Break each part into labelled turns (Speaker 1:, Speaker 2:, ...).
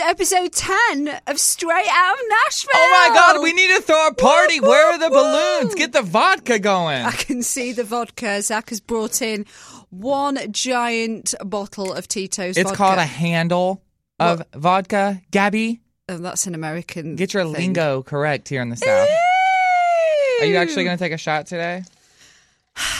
Speaker 1: episode 10 of Straight Out of Nashville.
Speaker 2: Oh my God, we need to throw a party. Where are the balloons? Get the vodka going.
Speaker 1: I can see the vodka. Zach has brought in one giant bottle of Tito's
Speaker 2: It's
Speaker 1: vodka.
Speaker 2: called a handle of vodka. Gabby,
Speaker 1: Oh, that's an American.
Speaker 2: get your
Speaker 1: thing.
Speaker 2: lingo correct here in the South. Are you actually going to take a shot today?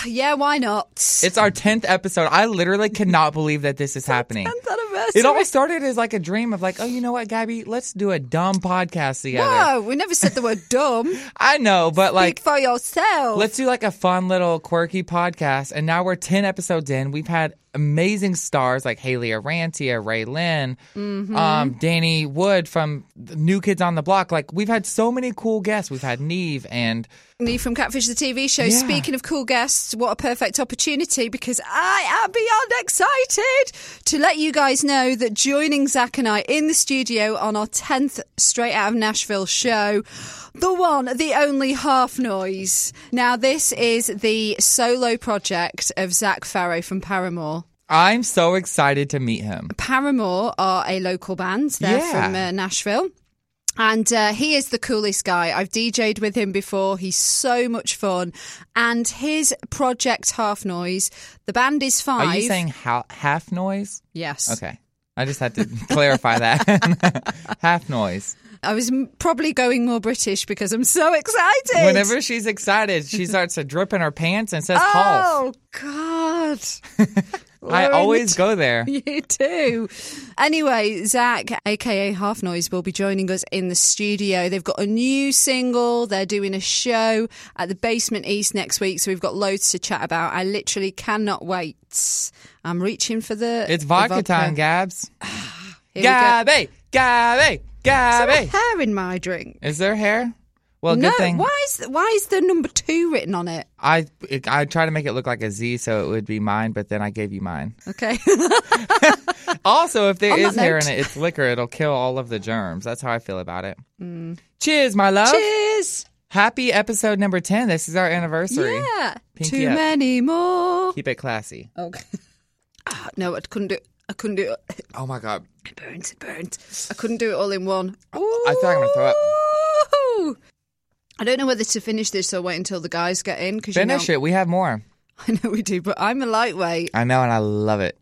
Speaker 1: Yeah, why not? It's
Speaker 2: It's our 10th episode. I literally cannot believe that this is happening.
Speaker 1: anniversary.
Speaker 2: It all started as like a dream of like, oh, you know what, Gabby? Let's do a dumb podcast together.
Speaker 1: Whoa, Oh, we never said the word dumb.
Speaker 2: I know, but
Speaker 1: Speak
Speaker 2: like,
Speaker 1: for yourself.
Speaker 2: let's do like a fun little quirky podcast. And now we're 10 episodes in. We've had amazing stars like Haley Arantia, Ray Lynn, um, Danny Wood from New Kids on the Block. Like, we've had so many cool guests. We've had Neve and
Speaker 1: Lee from Catfish the TV show.
Speaker 2: Yeah.
Speaker 1: Speaking of cool guests, what a perfect opportunity because I am beyond excited to let you guys know that joining Zach and I in the studio on our 10th Straight Out of Nashville show, the one, the only Half Noise. Now, this is the solo project of Zach Farrow from Paramore.
Speaker 2: I'm so excited to meet him.
Speaker 1: Paramore are a local band. They're
Speaker 2: Yeah.
Speaker 1: from uh, Nashville. And uh, he is the coolest guy. I've DJ'd with him before. He's so much fun. And his project, Half Noise, the band is five.
Speaker 2: Are you saying ha- half noise?
Speaker 1: Yes.
Speaker 2: Okay. I just had to clarify that. half noise.
Speaker 1: I was m- probably going more British because I'm so excited.
Speaker 2: Whenever she's excited, she starts to drip in her pants and says half.
Speaker 1: Oh, God.
Speaker 2: I
Speaker 1: Lauren,
Speaker 2: always go there.
Speaker 1: You do. Anyway, Zach, aka Half Noise, will be joining us in the studio. They've got a new single. They're doing a show at the Basement East next week, so we've got loads to chat about. I literally cannot wait. I'm reaching for the.
Speaker 2: It's
Speaker 1: the
Speaker 2: vodka, time, Gabs.
Speaker 1: Here we go.
Speaker 2: Gabby, Gabby,
Speaker 1: Is there a
Speaker 2: Gabby.
Speaker 1: hair in my drink.
Speaker 2: Is there hair? Well,
Speaker 1: no,
Speaker 2: good thing
Speaker 1: why is why is the number two written on it?
Speaker 2: I it, I try to make it look like a Z so it would be mine, but then I gave you mine.
Speaker 1: Okay,
Speaker 2: Also, if there
Speaker 1: On that
Speaker 2: is hair in
Speaker 1: note.
Speaker 2: it, it's liquor. It'll kill all of the germs. That's how I feel about it. Cheers, my love.
Speaker 1: Mm. cheers.
Speaker 2: Happy episode number 10. This is our anniversary.
Speaker 1: Yeah,
Speaker 2: Pinky
Speaker 1: too
Speaker 2: up.
Speaker 1: many more.
Speaker 2: Keep it classy.
Speaker 1: Okay. Ah, no, I couldn't do. it. I couldn't do. it.
Speaker 2: Oh my God.
Speaker 1: It burns, it burns. I couldn't do it all in one.
Speaker 2: I think I'm gonna throw up.
Speaker 1: Ooh. I don't know whether to finish this or wait until the guys get in because
Speaker 2: Finish
Speaker 1: you know,
Speaker 2: it. We have more.
Speaker 1: I know we do, but I'm a lightweight.
Speaker 2: I know, and I love it.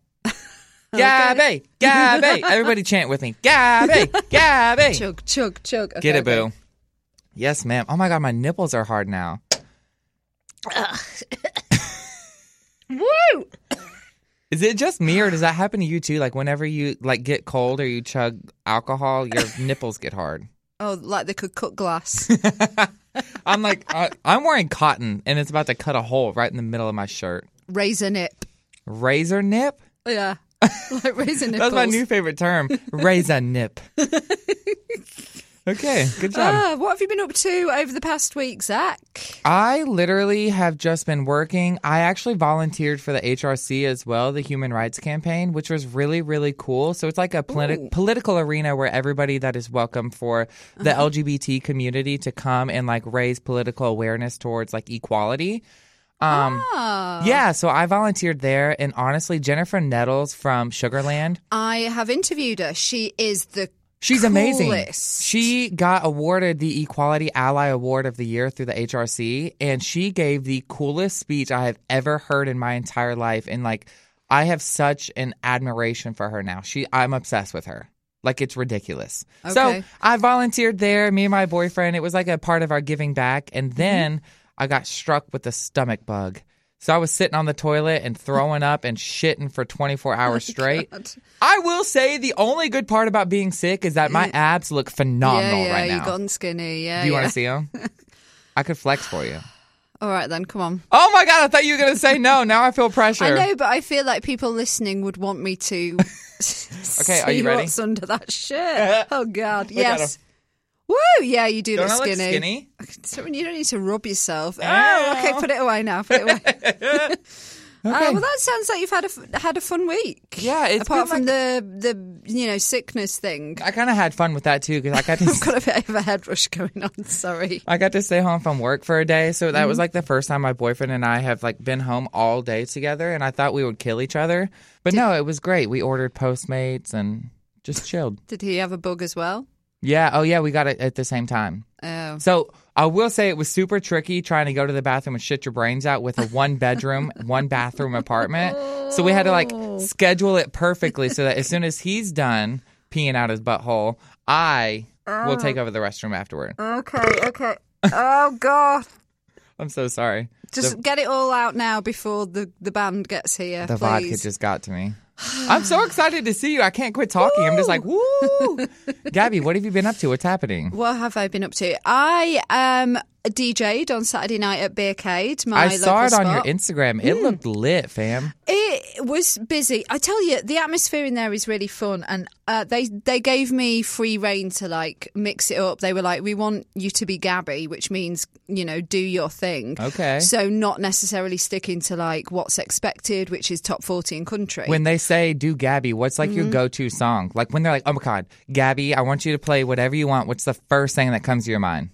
Speaker 2: Gabby, Gabby. Everybody chant with me. Gabby, Gabby.
Speaker 1: Chug, chug, chug.
Speaker 2: Get
Speaker 1: Okay,
Speaker 2: it, boo. Yes, ma'am. Oh my God, my nipples are hard now.
Speaker 1: okay. Woo!
Speaker 2: Is it just me, or does that happen to you too? Like whenever you like get cold or you chug alcohol, your nipples get hard.
Speaker 1: Oh, like they could cut glass.
Speaker 2: I'm like, I, I'm wearing cotton, and it's about to cut a hole right in the middle of my shirt.
Speaker 1: razor nip.
Speaker 2: Razor nip.
Speaker 1: Yeah. Like razor nipples.
Speaker 2: That's my new favorite term. Razor nip. Okay, good job.
Speaker 1: Ah, what have you been up to over the past week, Zach?
Speaker 2: I literally have just been working. I actually volunteered for the HRC as well, the Human Rights Campaign, which was really, really cool. So it's like a politi- political arena where everybody that is welcome for the LGBT community to come and like raise political awareness towards like equality. Um,
Speaker 1: Ah,
Speaker 2: Yeah, so I volunteered there. And honestly, Jennifer Nettles from Sugarland.
Speaker 1: I have interviewed her. She is the
Speaker 2: She's amazing.
Speaker 1: Coolest.
Speaker 2: She got awarded the Equality Ally Award of the Year through the HRC, and she gave the coolest speech I have ever heard in my entire life. And like, I have such an admiration for her now. She, I'm obsessed with her. Like it's ridiculous.
Speaker 1: Okay.
Speaker 2: So I volunteered there. Me and my boyfriend. It was like a part of our giving back. And
Speaker 1: Mm-hmm.
Speaker 2: then I got struck with a stomach bug. So I was sitting on the toilet and throwing up and shitting for 24 hours
Speaker 1: Oh
Speaker 2: straight.
Speaker 1: God.
Speaker 2: I will say the only good part about being sick is that my abs look phenomenal
Speaker 1: yeah, yeah,
Speaker 2: right now.
Speaker 1: you gone skinny. Yeah,
Speaker 2: Do you
Speaker 1: yeah.
Speaker 2: want to see them? I could flex for you.
Speaker 1: All right then, come on.
Speaker 2: Oh my god! I thought you were gonna say no. Now I feel pressure.
Speaker 1: I know, but I feel like people listening would want me to. okay,
Speaker 2: are you ready?
Speaker 1: What's under that shirt? Oh God,
Speaker 2: at
Speaker 1: yes. Woo! Yeah, you do
Speaker 2: Don't
Speaker 1: look
Speaker 2: I look
Speaker 1: skinny.
Speaker 2: skinny?
Speaker 1: So you don't need to rub yourself. Oh, okay, put it away now. Put it away. Ah, well, that sounds like you've had a f- had a fun week.
Speaker 2: Yeah, it's
Speaker 1: apart
Speaker 2: been
Speaker 1: from the the you know sickness thing.
Speaker 2: I kind of had fun with that too because I got to
Speaker 1: I've got a bit of a head rush going on. Sorry.
Speaker 2: I got to stay home from work for a day, so that
Speaker 1: Mm-hmm.
Speaker 2: was like the first time my boyfriend and I have like been home all day together, and I thought we would kill each other, but no, it was great. We ordered Postmates and Just chilled.
Speaker 1: Did he have a bug as well?
Speaker 2: Yeah. Oh, yeah. We got it at the same time.
Speaker 1: Oh.
Speaker 2: So I will say it was super tricky trying to go to the bathroom and shit your brains out with a one bedroom, one bathroom apartment. So we had to like schedule it perfectly so that as soon as he's done peeing out his butthole, I will take over the restroom afterward.
Speaker 1: Okay, okay. Oh, God.
Speaker 2: I'm so sorry.
Speaker 1: Just get it all out now before the, the band gets here.
Speaker 2: The
Speaker 1: please.
Speaker 2: vodka just got to me. I'm so excited to see you. I can't quit talking. I'm just like, woo. Gabby, what have you been up to? What's happening?
Speaker 1: What have I been up to? I um DJ'd on Saturday night at Beercade. My
Speaker 2: I saw it
Speaker 1: local
Speaker 2: on your
Speaker 1: spot.
Speaker 2: Instagram. It looked lit, fam.
Speaker 1: It was busy. I tell you, the atmosphere in there is really fun, and uh, they they gave me free reign to like mix it up. They were like, "We want you to be Gabby," which means you know, do your thing.
Speaker 2: Okay.
Speaker 1: So not necessarily sticking to like what's expected, which is top fourteen country.
Speaker 2: When they say do Gabby, what's like
Speaker 1: Mm-hmm.
Speaker 2: your go to song? Like when they're like, oh my God, Gabby, I want you to play whatever you want. What's the first thing that comes to your mind?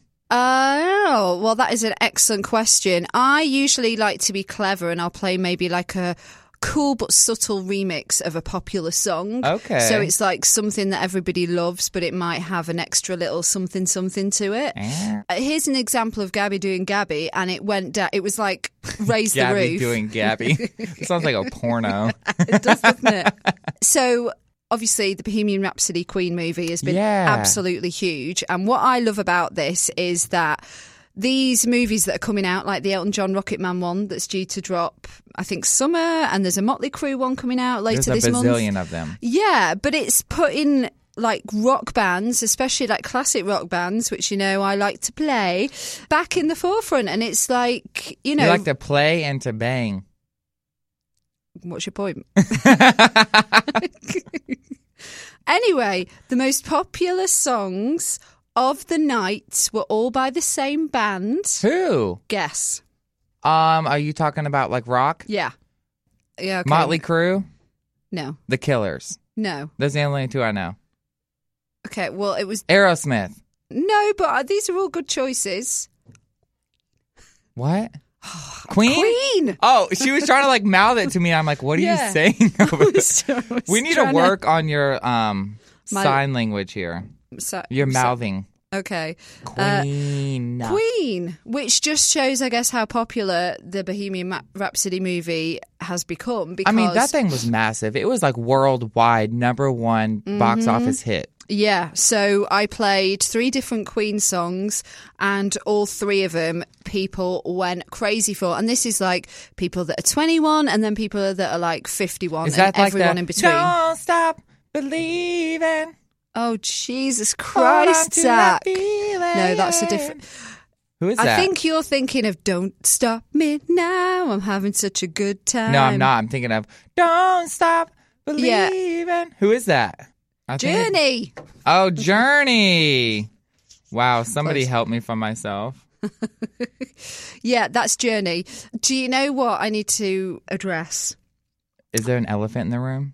Speaker 1: Oh, well, that is an excellent question. I usually like to be clever and I'll play maybe like a cool but subtle remix of a popular song.
Speaker 2: Okay.
Speaker 1: So it's like something that everybody loves, but it might have an extra little something something to it. Uh, Here's an example of Gabby doing Gabby, and it went down. It was like raise the
Speaker 2: Gabby
Speaker 1: roof.
Speaker 2: doing Gabby. Sounds like a porno.
Speaker 1: it does, doesn't it? So obviously the Bohemian Rhapsody Queen movie has been
Speaker 2: Yeah.
Speaker 1: absolutely huge. And what I love about this is that these movies that are coming out, like the Elton John Rocketman one that's due to drop, I think summer, and there's a Motley Crue one coming out later
Speaker 2: There's a
Speaker 1: this month.
Speaker 2: bazillion of them.
Speaker 1: Yeah, but it's putting like rock bands, especially like classic rock bands, which you know I like to play, back in the forefront. And it's like you know,
Speaker 2: You like to play and to bang.
Speaker 1: What's your point? anyway, the most popular songs of the night were all by the same band.
Speaker 2: Who?
Speaker 1: Guess.
Speaker 2: Um, are you talking about like rock?
Speaker 1: Yeah. Yeah. okay.
Speaker 2: Motley Crue?
Speaker 1: No.
Speaker 2: The Killers.
Speaker 1: No.
Speaker 2: Those are the only two I know.
Speaker 1: Okay. Well, it was
Speaker 2: Aerosmith.
Speaker 1: no, but uh, these are all good choices.
Speaker 2: What? Queen?
Speaker 1: Queen.
Speaker 2: Oh, she was trying to like mouth it to me. I'm like, what are
Speaker 1: Yeah.
Speaker 2: you saying over there?
Speaker 1: So I was
Speaker 2: We need to
Speaker 1: trying
Speaker 2: work on your um
Speaker 1: My-
Speaker 2: sign language here.
Speaker 1: so-
Speaker 2: Your
Speaker 1: so-
Speaker 2: mouthing.
Speaker 1: okay. Uh,
Speaker 2: Queen.
Speaker 1: Queen, which just shows, I guess, how popular the Bohemian Ma- Rhapsody movie has become. Because
Speaker 2: I mean, that thing was massive. It was like worldwide number one
Speaker 1: Mm-hmm.
Speaker 2: box office hit.
Speaker 1: Yeah, so I played three different Queen songs, and all three of them people went crazy for. And this is like people that are 21, and then people that are like 51,
Speaker 2: Is that
Speaker 1: and
Speaker 2: like
Speaker 1: everyone
Speaker 2: the,
Speaker 1: in between.
Speaker 2: Don't stop believing.
Speaker 1: Oh, Jesus
Speaker 2: Hold on
Speaker 1: Christ,
Speaker 2: to that
Speaker 1: Zach. No, that's a different.
Speaker 2: Who is that?
Speaker 1: I think you're thinking of Don't Stop Me Now. I'm having such a good time.
Speaker 2: no, I'm not. I'm thinking of Don't Stop
Speaker 1: Yeah.
Speaker 2: Believing. Who is that? I think it's-
Speaker 1: Journey.
Speaker 2: Oh, Journey. Wow, somebody
Speaker 1: Close.
Speaker 2: help me from myself.
Speaker 1: Yeah, that's Journey. Do you know what I need to address?
Speaker 2: Is there an elephant in the room?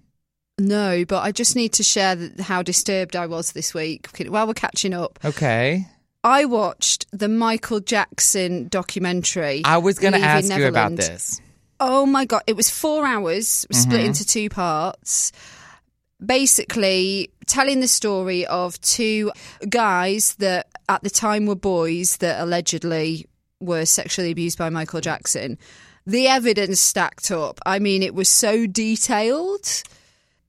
Speaker 1: No, but I just need to share th- how disturbed I was this week. Okay, While we're catching up,
Speaker 2: Okay.
Speaker 1: I watched the Michael Jackson documentary.
Speaker 2: I was going to
Speaker 1: Leaving
Speaker 2: ask you about
Speaker 1: Neverland.
Speaker 2: this. Mm-hmm.
Speaker 1: Oh my God. It was four hours split into two parts. Basically, telling the story of two guys that at the time were boys that allegedly were sexually abused by Michael Jackson. The evidence stacked up. I mean, it was so detailed.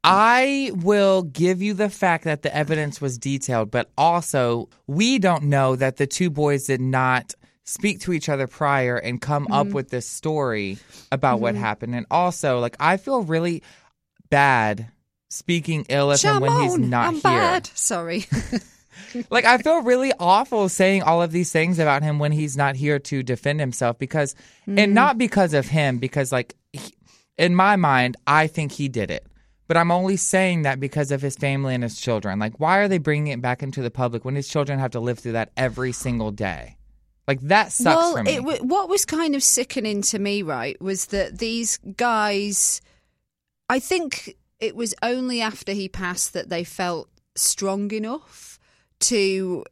Speaker 2: I will give you the fact that the evidence was detailed, but also we don't know that the two boys did not speak to each other prior and come up
Speaker 1: Mm-hmm.
Speaker 2: with this story about what happened. And also, like, I feel really bad speaking ill of him when he's
Speaker 1: Shamone,
Speaker 2: not
Speaker 1: I'm
Speaker 2: here.
Speaker 1: bad. Sorry.
Speaker 2: Like I feel really awful saying all of these things about him when he's not here to defend himself because
Speaker 1: Mm-hmm.
Speaker 2: and not because of him because like he, in my mind I think he did it. But I'm only saying that because of his family and his children. Like why are they bringing it back into the public when his children have to live through that every single day? Like that sucks
Speaker 1: well,
Speaker 2: for me.
Speaker 1: It w- what was kind of sickening to me, right, was that these guys, I think it was only after he passed that they felt strong enough to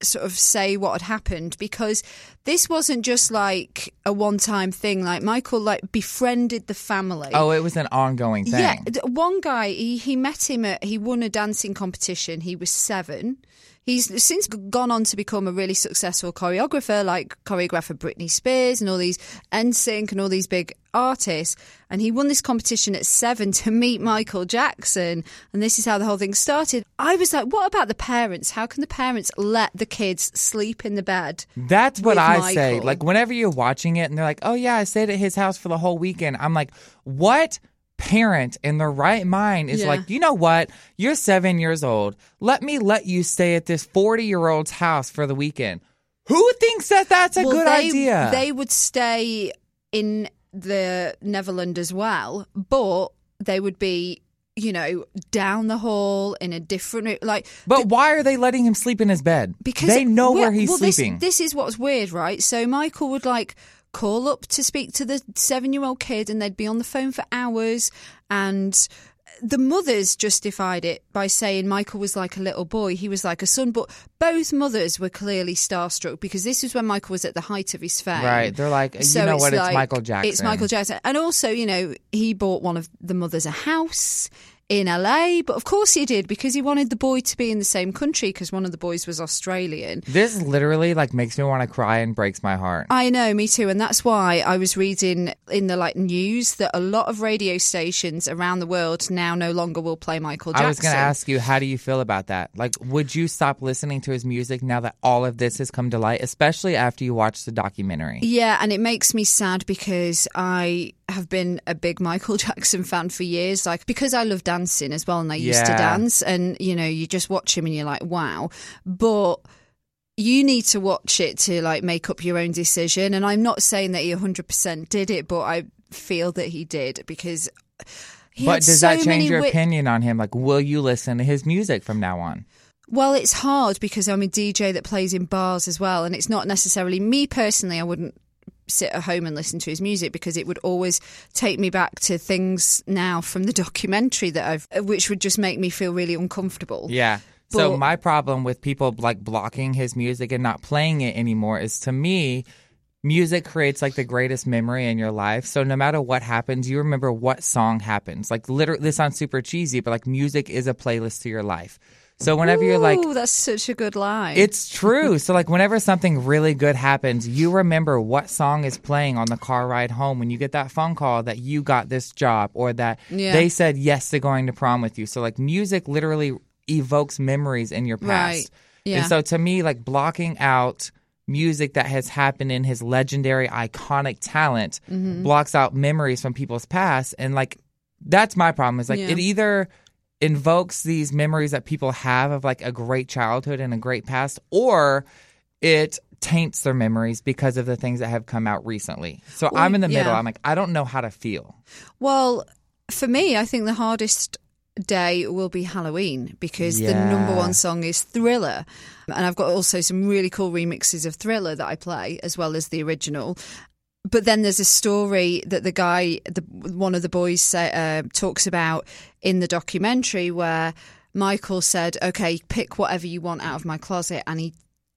Speaker 1: sort of say what had happened because this wasn't just like a one time thing. Like Michael like befriended the family.
Speaker 2: Oh, it was an ongoing thing.
Speaker 1: Yeah, th- one guy he, he met him at he won a dancing competition. He was seven. He's since g- gone on to become a really successful choreographer, like choreographer Britney Spears and all these NSYNC and all these big artists. And he won this competition at seven to meet Michael Jackson. And this is how the whole thing started. I was like, what about the parents? How can the parents let the kids sleep in the bed?
Speaker 2: That's what
Speaker 1: with
Speaker 2: I say.
Speaker 1: Michael.
Speaker 2: Like whenever you're watching it and they're like, "Oh yeah, I stayed at his house for the whole weekend." I'm like, "What parent in their right mind is
Speaker 1: Yeah.
Speaker 2: like, "You know what? You're 7 years old. Let me let you stay at this 40-year-old's house for the weekend." Who thinks that that's a
Speaker 1: well,
Speaker 2: good
Speaker 1: they,
Speaker 2: idea?
Speaker 1: They would stay in the Neverland as well, but they would be, you know, down the hall in a different like
Speaker 2: but why are they letting him sleep in his bed?
Speaker 1: because
Speaker 2: they know
Speaker 1: well-
Speaker 2: where he's
Speaker 1: well, this-
Speaker 2: sleeping.
Speaker 1: This, is what's weird, right? So Michael would like call up to speak to the seven-year-old kid, and they'd be on the phone for hours. And the mothers justified it by saying Michael was like a little boy; he was like a son. But both mothers were clearly starstruck because this is when Michael was at the height of his fame.
Speaker 2: Right. They're like, you know what? It's Michael
Speaker 1: It's
Speaker 2: Jackson.
Speaker 1: Michael Jackson. And also, you know, he bought one of the mothers a house in LA, but of course he did because he wanted the boy to be in the same country because one of the boys was Australian.
Speaker 2: this literally like makes me want to cry and breaks my heart.
Speaker 1: I know, me too. And that's why I was reading in the like news that a lot of radio stations around the world now no longer will play Michael Jackson.
Speaker 2: I was going to ask you, how do you feel about that? Like, would you stop listening to his music now that all of this has come to light, especially after you watch the documentary?
Speaker 1: Yeah, and it makes me sad because I have been a big Michael Jackson fan for years. Like because I love dancing as well, and I used to
Speaker 2: Yeah.
Speaker 1: dance, and you know, you just watch him and you're like, wow. But you need to watch it to like make up your own decision. And I'm not saying that he 100 percent did it, but I feel that he did because. He
Speaker 2: but
Speaker 1: had
Speaker 2: does
Speaker 1: so many
Speaker 2: that change your
Speaker 1: wi-
Speaker 2: opinion on him? Like, will you listen to his music from now on?
Speaker 1: Well, it's hard because I'm a DJ that plays in bars as well, and it's not necessarily me personally. I wouldn't sit at home and listen to his music because it would always take me back to things now from the documentary that I've, which would just make me feel really uncomfortable.
Speaker 2: Yeah. So
Speaker 1: But-
Speaker 2: my problem with people like blocking his music and not playing it anymore is to me music creates like the greatest memory in your life. So no matter what happens, you remember what song happens. Like literally this sounds super cheesy, but like music is a playlist to your life. So whenever you're like
Speaker 1: Ooh, that's such a good line.
Speaker 2: It's true. so like whenever something really good happens, you remember what song is playing on the car ride home when you get that phone call that you got this job or that
Speaker 1: Yeah.
Speaker 2: they said yes to going to prom with you. So like music literally evokes memories in your past.
Speaker 1: Right. Yeah.
Speaker 2: And so to me like blocking out music that has happened in his legendary iconic talent
Speaker 1: Mm-hmm.
Speaker 2: blocks out memories from people's past and like that's my problem is like
Speaker 1: Yeah.
Speaker 2: it either invokes these memories that people have of like a great childhood and a great past or it taints their memories because of the things that have come out recently so
Speaker 1: Well,
Speaker 2: i'm in the middle
Speaker 1: yeah.
Speaker 2: i'm like i don't know how to feel
Speaker 1: Well, for me, I think the hardest day will be Halloween because the number
Speaker 2: Yeah.
Speaker 1: one song is Thriller. And I've got also some really cool remixes of Thriller that I play as well as the original. But then there's a story that the guy, the, one of the boys, say, uh, talks about in the documentary where Michael said, "Okay, pick whatever you want out of my closet," and he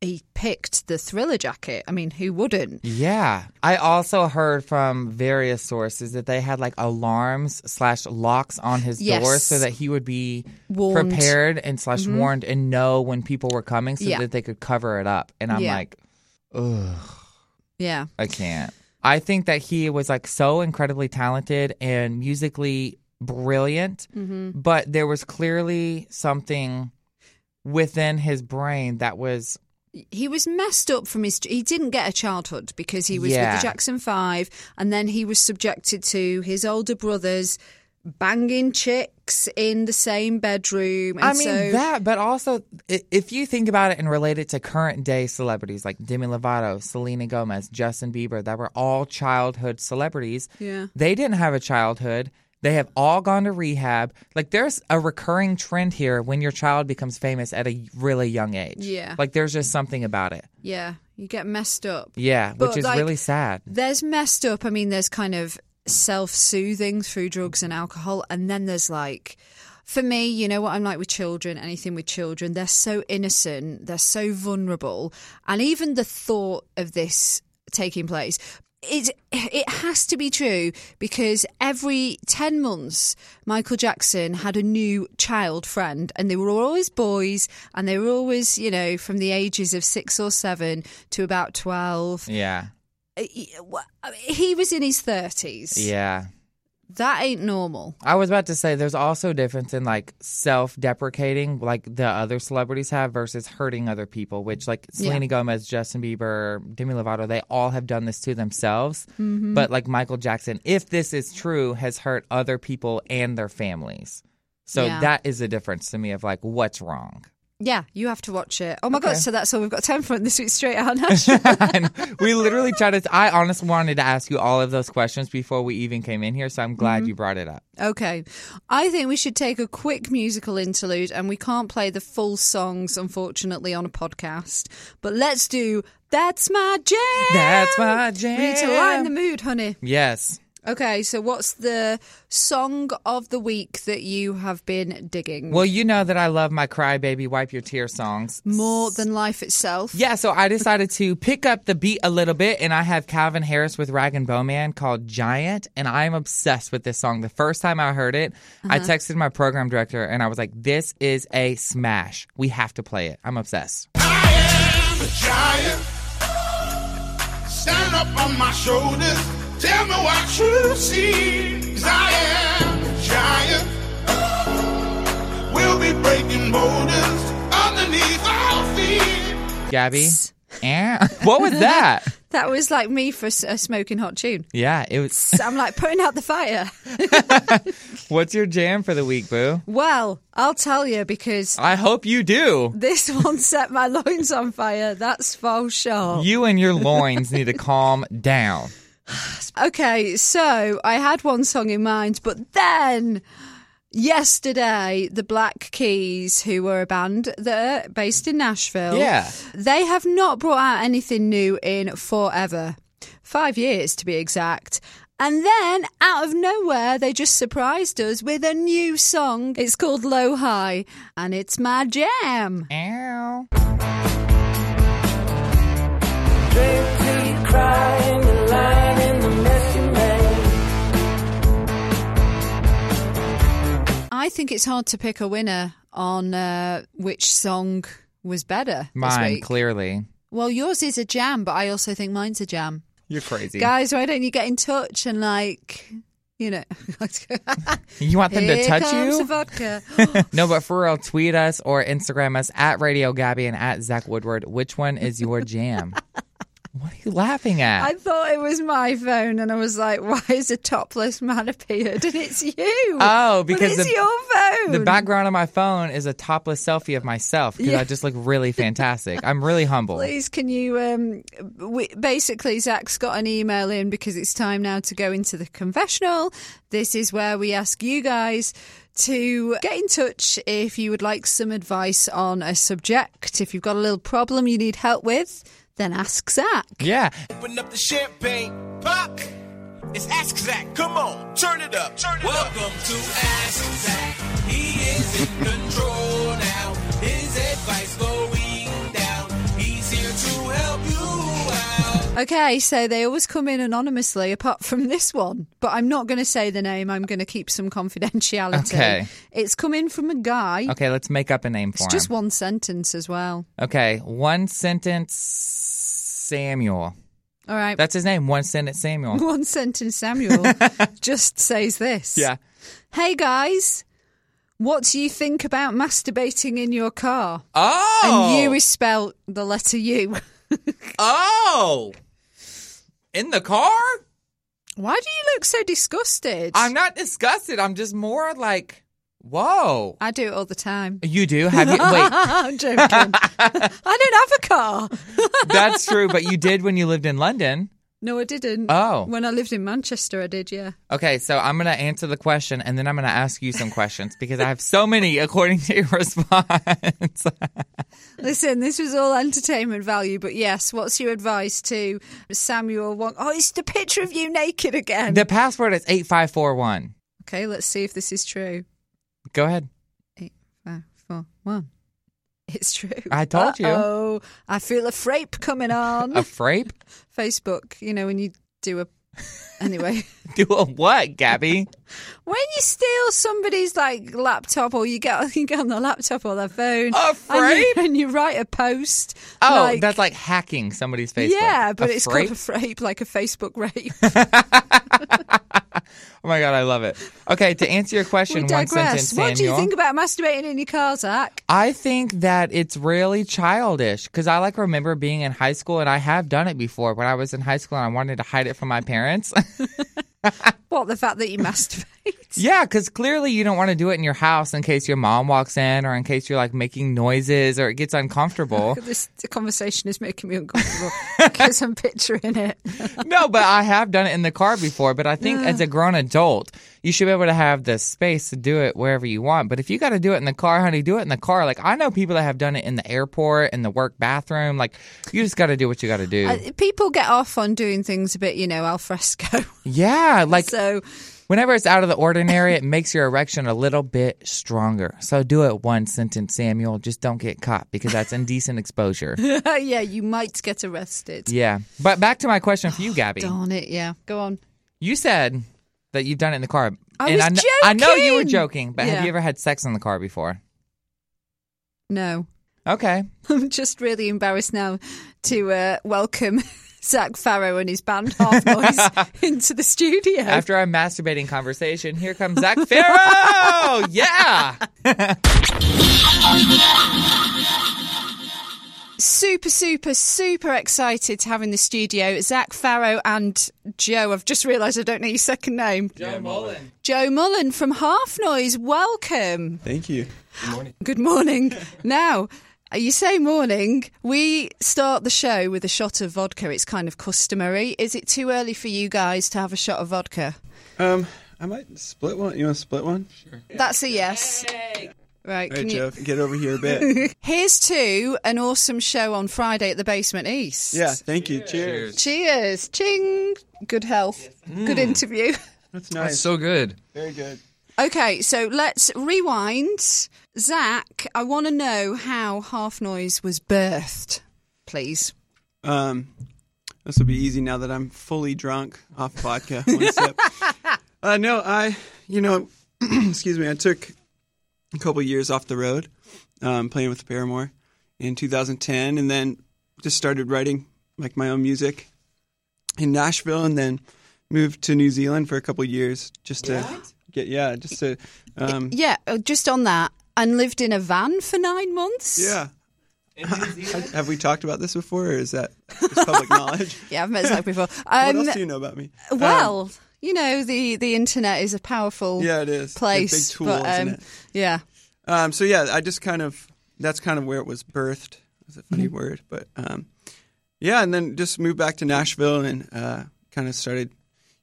Speaker 1: he picked the Thriller jacket. I mean, who wouldn't?
Speaker 2: Yeah. I also heard from various sources that they had like alarms slash locks on his
Speaker 1: Yes.
Speaker 2: door so that he would be
Speaker 1: Warned. Mm-hmm.
Speaker 2: prepared and slash warned and know when people were coming so
Speaker 1: Yeah.
Speaker 2: that they could cover it up. And I'm
Speaker 1: Yeah.
Speaker 2: like, ugh,
Speaker 1: Yeah,
Speaker 2: I can't. I think that he was like so incredibly talented and musically brilliant,
Speaker 1: Mm-hmm.
Speaker 2: but there was clearly something within his brain that was
Speaker 1: he was messed up from his. He didn't get a childhood because he was with
Speaker 2: Yeah.
Speaker 1: the Jackson Five, and then he was subjected to his older brothers banging chicks in the same bedroom. And
Speaker 2: I mean
Speaker 1: so,
Speaker 2: that, but also i- if you think about it and relate it to current day celebrities like Demi Lovato, Selena Gomez, Justin Bieber, that were all childhood celebrities.
Speaker 1: Yeah.
Speaker 2: They didn't have a childhood. They have all gone to rehab. Like there's a recurring trend here when your child becomes famous at a really young age.
Speaker 1: Yeah.
Speaker 2: Like there's just something about it.
Speaker 1: yeah, you get messed up.
Speaker 2: Yeah,
Speaker 1: But,
Speaker 2: which is
Speaker 1: like,
Speaker 2: really sad.
Speaker 1: There's messed up. I mean, there's kind of self soothing through drugs and alcohol, and then there's like, for me, you know what I'm like with children, anything with children, they're so innocent, they're so vulnerable. And even the thought of this taking place, it it has to be true because every 10 months Michael Jackson had a new child friend and they were always boys and they were always you know from the ages of 6 or 7 to about 12
Speaker 2: Yeah.
Speaker 1: Uh, he was in his 30s
Speaker 2: Yeah.
Speaker 1: that ain't normal
Speaker 2: I was about to say there's also a difference in like self deprecating like the other celebrities have versus hurting other people, which like
Speaker 1: Yeah.
Speaker 2: Selena Gomez, Justin Bieber, Demi Lovato, they all have done this to themselves.
Speaker 1: Mm-hmm.
Speaker 2: But like Michael Jackson, if this is true, has hurt other people and their families. So
Speaker 1: Yeah.
Speaker 2: that is the difference to me of like what's wrong.
Speaker 1: yeah you have to watch it oh my god
Speaker 2: Okay.
Speaker 1: so that's all we've got time for on this week's straight out Nashville
Speaker 2: And we literally tried to I honestly wanted to ask you all of those questions before we even came in here, so I'm glad
Speaker 1: Mm-hmm.
Speaker 2: you brought it up.
Speaker 1: Okay. I think we should take a quick musical interlude, and we can't play the full songs, unfortunately, on a podcast. But let's do That's My Jam!
Speaker 2: That's my
Speaker 1: We
Speaker 2: jam.
Speaker 1: need to lighten the mood, honey.
Speaker 2: yes.
Speaker 1: Okay, so what's the song of the week that you have been digging?
Speaker 2: Well, you know that I love my crybaby wipe your tear songs.
Speaker 1: More than life itself.
Speaker 2: Yeah, so I decided to pick up the beat a little bit, and I have Calvin Harris with Rag and Bowman called Giant, and I'm obsessed with this song. The first time I heard it, I texted my program director, and I was like, "This is a smash. We have to play it. I'm obsessed."
Speaker 3: I am the giant. Stand up on my shoulders. Tell me what you see. 'Cause I am the giant. We'll be breaking borders underneath our feet.
Speaker 2: Gabby, eh? what was that?
Speaker 1: That was like me for a s- a smoking hot tune.
Speaker 2: Yeah, it was.
Speaker 1: So I'm like putting out the fire.
Speaker 2: What's your jam for the week, Boo?
Speaker 1: Well, I'll tell you because
Speaker 2: I hope you do.
Speaker 1: this one set my loins on fire. That's for sure.
Speaker 2: You and your loins need to calm down.
Speaker 1: Okay, so I had one song in mind, but then yesterday, the Black Keys, who were a band that are based in Nashville,
Speaker 2: Yeah.
Speaker 1: they have not brought out anything new in forever. Five years to be exact. And then out of nowhere, they just surprised us with a new song. It's called Low High, and it's my jam.
Speaker 2: Ow.
Speaker 4: Draped feet crying, the line in the messy lane.
Speaker 1: I think it's hard to pick a winner on uh, which song was better. this
Speaker 2: Mine
Speaker 1: week.
Speaker 2: clearly.
Speaker 1: Well, yours is a jam, but I also think mine's a jam.
Speaker 2: You're crazy.
Speaker 1: Guys, why don't you get in touch and like, you know,
Speaker 2: You want them
Speaker 1: here
Speaker 2: to touch
Speaker 1: comes
Speaker 2: you?
Speaker 1: the vodka.
Speaker 2: no, but for real, tweet us or Instagram us at Radio Gabby and at Zach Woodward. Which one is your jam? what are you laughing at?
Speaker 1: I thought it was my phone, and I was like, why is a topless man appeared? And it's you.
Speaker 2: Oh, because
Speaker 1: but it's
Speaker 2: the-
Speaker 1: your phone.
Speaker 2: the background of my phone is a topless selfie of myself because
Speaker 1: Yeah.
Speaker 2: I just look really fantastic. I'm really humble.
Speaker 1: Please, can you? Um, we, basically, Zach's got an email in because it's time now to go into the confessional. This is where we ask you guys to get in touch if you would like some advice on a subject. If you've got a little problem you need help with, then ask Zach.
Speaker 2: Yeah.
Speaker 3: Open up the champagne. Pop. It's Ask Zach. Come on, turn it up. Turn it Welcome to Ask Zach. He is in control now. His advice going down. He's here to help you out.
Speaker 1: Okay, so they always come in anonymously, apart from this one. But I'm not going to say the name. I'm going to keep some confidentiality.
Speaker 2: Okay.
Speaker 1: It's come in from a guy.
Speaker 2: Okay, let's make up a name for
Speaker 1: It's
Speaker 2: him.
Speaker 1: just one sentence as well.
Speaker 2: okay, one sentence Samuel.
Speaker 1: All right.
Speaker 2: That's his name. One sentence Samuel.
Speaker 1: One sentence Samuel just says this.
Speaker 2: yeah.
Speaker 1: Hey guys, what do you think about masturbating in your car?
Speaker 2: Oh.
Speaker 1: And you is spelled the letter U.
Speaker 2: oh. In the car?
Speaker 1: Why do you look so disgusted?
Speaker 2: I'm not disgusted. I'm just more like, whoa.
Speaker 1: I do it all the time.
Speaker 2: You do? Have you? Wait,
Speaker 1: I'm joking. I don't have a car.
Speaker 2: that's true, but you did when you lived in London.
Speaker 1: No, I didn't.
Speaker 2: Oh.
Speaker 1: When I lived in Manchester, I did, yeah.
Speaker 2: Okay, so I'm going to answer the question and then I'm going to ask you some questions because I have so many according to your response.
Speaker 1: Listen, this was all entertainment value, but yes, what's your advice to Samuel Wong? Oh, it's the picture of you naked again.
Speaker 2: the password is 8541.
Speaker 1: okay, let's see if this is true.
Speaker 2: Go ahead.
Speaker 1: four, one. It's true.
Speaker 2: I told you.
Speaker 1: Oh, I feel a frape coming on.
Speaker 2: A frape?
Speaker 1: Facebook, you know, when you do a. Anyway,
Speaker 2: Do a what, Gabby?
Speaker 1: when you steal somebody's like laptop or you get you get on their laptop or their phone,
Speaker 2: A
Speaker 1: and you,
Speaker 2: frape?
Speaker 1: and you write a post.
Speaker 2: Oh,
Speaker 1: like,
Speaker 2: that's like hacking somebody's Facebook.
Speaker 1: yeah, but
Speaker 2: A
Speaker 1: it's
Speaker 2: frape?
Speaker 1: called a frape, like a Facebook rape.
Speaker 2: Oh my god, I love it. Okay, to answer your
Speaker 1: we
Speaker 2: question, one sentence,
Speaker 1: digress.
Speaker 2: Samuel.
Speaker 1: What do you think about masturbating in your car, Zach?
Speaker 2: I think that it's really childish because I like remember being in high school and I have done it before when I was in high school and I wanted to hide it from my parents.
Speaker 1: What the fact that you masturbate?
Speaker 2: yeah, because clearly you don't want to do it in your house in case your mom walks in or in case you're like making noises or it gets uncomfortable.
Speaker 1: This conversation is making me uncomfortable because I'm picturing it.
Speaker 2: no, but I have done it in the car before. But I think as a grown adult, you should be able to have the space to do it wherever you want. But if you got to do it in the car, honey, do it in the car. Like I know people that have done it in the airport, in the work bathroom. Like you just got to do what you got to do.
Speaker 1: Uh, People get off on doing things a bit, you know, al fresco.
Speaker 2: yeah, like
Speaker 1: So
Speaker 2: whenever it's out of the ordinary, it makes your erection a little bit stronger. So do it one sentence, Samuel. Just don't get caught because that's indecent exposure.
Speaker 1: yeah, you might get arrested.
Speaker 2: Yeah. But back to my question for you,
Speaker 1: Oh,
Speaker 2: Gabby.
Speaker 1: Darn it, yeah. Go on.
Speaker 2: You said that you've done it in the car.
Speaker 1: I
Speaker 2: and
Speaker 1: was
Speaker 2: I, kn- I know you were
Speaker 1: joking.
Speaker 2: joking, but
Speaker 1: Yeah.
Speaker 2: have you ever had sex in the car before?
Speaker 1: No.
Speaker 2: Okay.
Speaker 1: I'm just really embarrassed now to uh, welcome Zach Farrow and his band Half Noise into the studio.
Speaker 2: After our masturbating conversation, here comes Zach Farrow. yeah.
Speaker 1: super, super, super excited to have in the studio Zach Farrow and Joe. I've just realised I don't know your second name.
Speaker 2: Joe Mullen.
Speaker 1: Joe Mullen from Half Noise. Welcome.
Speaker 5: Thank you.
Speaker 1: Good morning. now, you say morning. We start the show with a shot of vodka. It's kind of customary. Is it too early for you guys to have a shot of vodka?
Speaker 5: Um, I might split one. You want to split one?
Speaker 1: That's a yes. Right.
Speaker 5: All right,
Speaker 1: Can you,
Speaker 5: Jeff, get over here a bit.
Speaker 1: here's to an awesome show on Friday at the Basement East.
Speaker 5: yeah, thank you. Cheers.
Speaker 1: Cheers. Ching. Good health. Good
Speaker 5: Mm.
Speaker 1: interview.
Speaker 5: That's nice.
Speaker 2: So good.
Speaker 5: Very good.
Speaker 1: Okay, so let's rewind. Zach, I want to know how Half Noise was birthed, please.
Speaker 5: Um, this will be easy now that I'm fully drunk off vodka. One sip. Uh, no, I, you know, excuse me. I took a couple years off the road, um, playing with Paramore in 2010, and then just started writing like my own music in Nashville, and then moved to New Zealand for a couple years just to get yeah, just to um,
Speaker 1: Yeah, uh, just on that. And lived in a van for nine months.
Speaker 5: Yeah. Have we talked about this before, or is that just public knowledge?
Speaker 1: yeah, I've met Zach before.
Speaker 5: what
Speaker 1: Um,
Speaker 5: else do you know about me? Um,
Speaker 1: well, you know the the internet is a powerful
Speaker 5: yeah, it is It's a
Speaker 1: place.
Speaker 5: big tool,
Speaker 1: but,
Speaker 5: isn't
Speaker 1: um,
Speaker 5: it?
Speaker 1: Yeah,
Speaker 5: Um, so yeah, I just kind of that's kind of where it was birthed. It's a funny word, but um, yeah, and then just moved back to Nashville and uh, kind of started.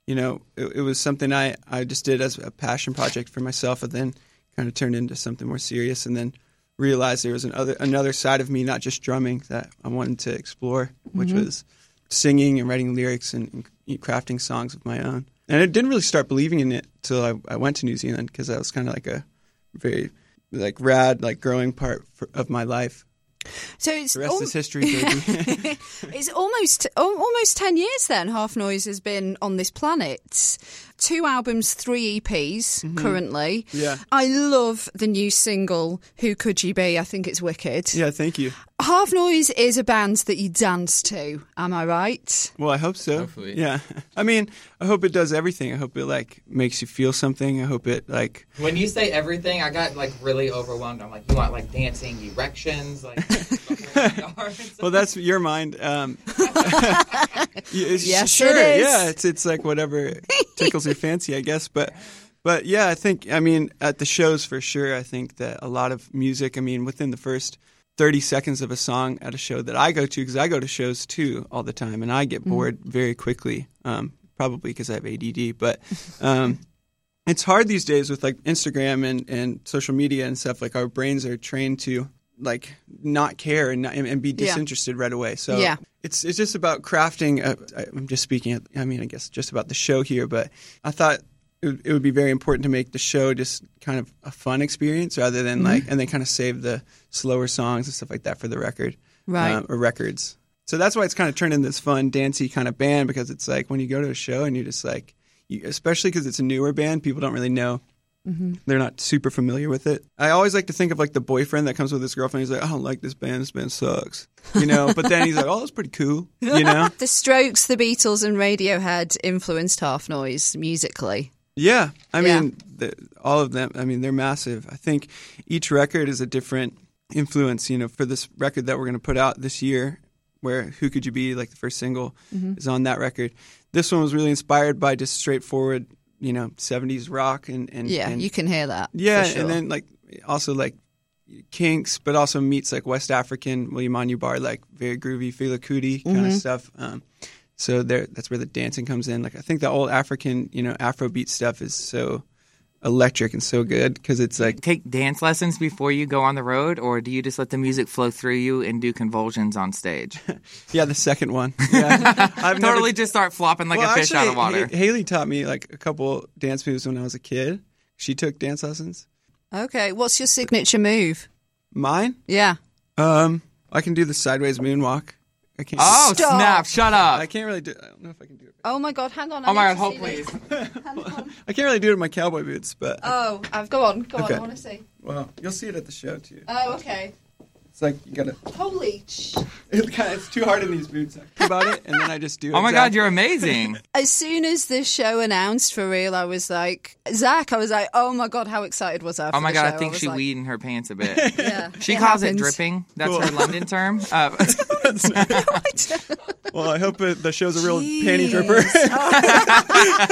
Speaker 5: You know, it, it was something I I just did as a passion project for myself, and then kind of turned into something more serious, and then realized there was another another side of me, not just drumming, that I wanted to explore, which was singing and writing lyrics and, and crafting songs of my own. And I didn't really start believing in it till I, I went to New Zealand because I was kind of like a very like rad like growing part for, of my life.
Speaker 1: so it's
Speaker 5: The rest
Speaker 1: al-
Speaker 5: is history, baby.
Speaker 1: it's almost al- almost ten years then. Half Noise has been on this planet. Two albums, three EPs currently.
Speaker 5: Mm-hmm. Yeah.
Speaker 1: I love the new single "Who Could You Be." I think it's wicked.
Speaker 5: yeah, thank you.
Speaker 1: Half Noise is a band that you dance to. Am I right?
Speaker 5: Well, I hope so.
Speaker 2: Hopefully.
Speaker 5: Yeah. I mean, I hope it does everything. I hope it like makes you feel something. I hope it like
Speaker 2: When you say everything, I got like really overwhelmed. I'm like, you want like dancing erections, like.
Speaker 5: Well, that's your mind. Um, yes,
Speaker 1: Yes,
Speaker 5: sure.
Speaker 1: it is.
Speaker 5: Yeah, it's it's like whatever tickles your fancy, I guess. But but yeah, I think I mean at the shows for sure. I think that a lot of music. I mean, within the first thirty seconds of a song at a show that I go to, because I go to shows too all the time, and I
Speaker 1: Mm-hmm.
Speaker 5: get bored very quickly. Um, probably because I have ADD, but. Um, it's hard these days with like Instagram and, and social media and stuff. Like our brains are trained to like not care and not, and and be
Speaker 1: Yeah.
Speaker 5: disinterested right away. So
Speaker 1: Yeah.
Speaker 5: it's it's uh, just about crafting. A, I- I'm just speaking. I mean, I guess just about the show here, but I thought it would, it would be very important to make the show just kind of a fun experience rather
Speaker 1: Mm-hmm.
Speaker 5: than like, and they kind of save the slower songs and stuff like that for the record,
Speaker 1: Right.
Speaker 5: or um, records. So that's why it's kind of turned into this fun, dancey kind of band because it's like when you go to a show and you're just like, you, especially because it's a newer band, people don't really know. They're not super familiar with it. I always like to think of like the boyfriend that comes with his girlfriend. He's like, I don't like this band. This band sucks, you know. But then he's like, Oh, it's pretty cool, you know.
Speaker 1: The Strokes, the Beatles, and Radiohead influenced Half Noise musically.
Speaker 5: Yeah, I
Speaker 1: Yeah.
Speaker 5: mean, the, all of them. I mean, they're massive. I think each record is a different influence. You know, for this record that we're going to put out this year, where "Who Could You Be," like the first single,
Speaker 1: Mm-hmm.
Speaker 5: is on that record. This one was really inspired by just straightforward, you know, '70s rock and and
Speaker 1: Yeah,
Speaker 5: and,
Speaker 1: you can hear that. for
Speaker 5: yeah,
Speaker 1: sure.
Speaker 5: and then like also like Kinks, but also meets like West African William Bar, like very groovy Fela Kuti kind
Speaker 2: Mm-hmm.
Speaker 5: of stuff. Um, so there, that's where the dancing comes in. Like I think the old African, you know, Afrobeat stuff is so electric and so good because it's like
Speaker 2: Take dance lessons before you go on the road, or do you just let the music flow through you and do convulsions on stage?
Speaker 5: yeah, the second one. Yeah, I've never-
Speaker 2: totally just start flopping like
Speaker 5: well,
Speaker 2: a fish
Speaker 5: actually,
Speaker 2: out of water.
Speaker 5: Ha- Haley taught me like a couple dance moves when I was a kid. She took dance lessons.
Speaker 1: okay, what's your signature move?
Speaker 5: Mine,
Speaker 1: Yeah,
Speaker 5: um, I can do the sideways moonwalk. I can't.
Speaker 2: oh
Speaker 1: Stop.
Speaker 2: snap! Shut
Speaker 5: I
Speaker 2: up!
Speaker 5: can't really do. I don't know if I can do it.
Speaker 1: Oh my god, hang on. I
Speaker 2: Oh my
Speaker 1: need
Speaker 2: god!
Speaker 1: to
Speaker 2: Hold
Speaker 1: see this.
Speaker 2: please.
Speaker 5: I can't really do it in my cowboy boots, but
Speaker 1: Oh, I've go on, go on.
Speaker 5: Okay.
Speaker 1: I want to see.
Speaker 5: well, you'll see it at the show too.
Speaker 1: Oh, okay.
Speaker 5: It's like you gotta.
Speaker 1: Holy sh-
Speaker 5: It's, kind of, it's too hard in these boots. I think about it, and then I just do.
Speaker 2: Oh my god!
Speaker 5: exact-
Speaker 2: You're amazing.
Speaker 1: As soon as this show announced for real, I was like, Zach, I was like, oh my god, how excited was I? For
Speaker 2: Oh my
Speaker 1: the
Speaker 2: god!
Speaker 1: show?
Speaker 2: I think
Speaker 1: was
Speaker 2: she
Speaker 1: like,
Speaker 2: weed in her pants a bit.
Speaker 1: Yeah,
Speaker 2: She calls it
Speaker 1: happens.
Speaker 2: dripping. That's
Speaker 5: Cool.
Speaker 2: her London term. Uh,
Speaker 5: Well, I hope it, the show's a real panty
Speaker 1: Jeez.
Speaker 5: dripper.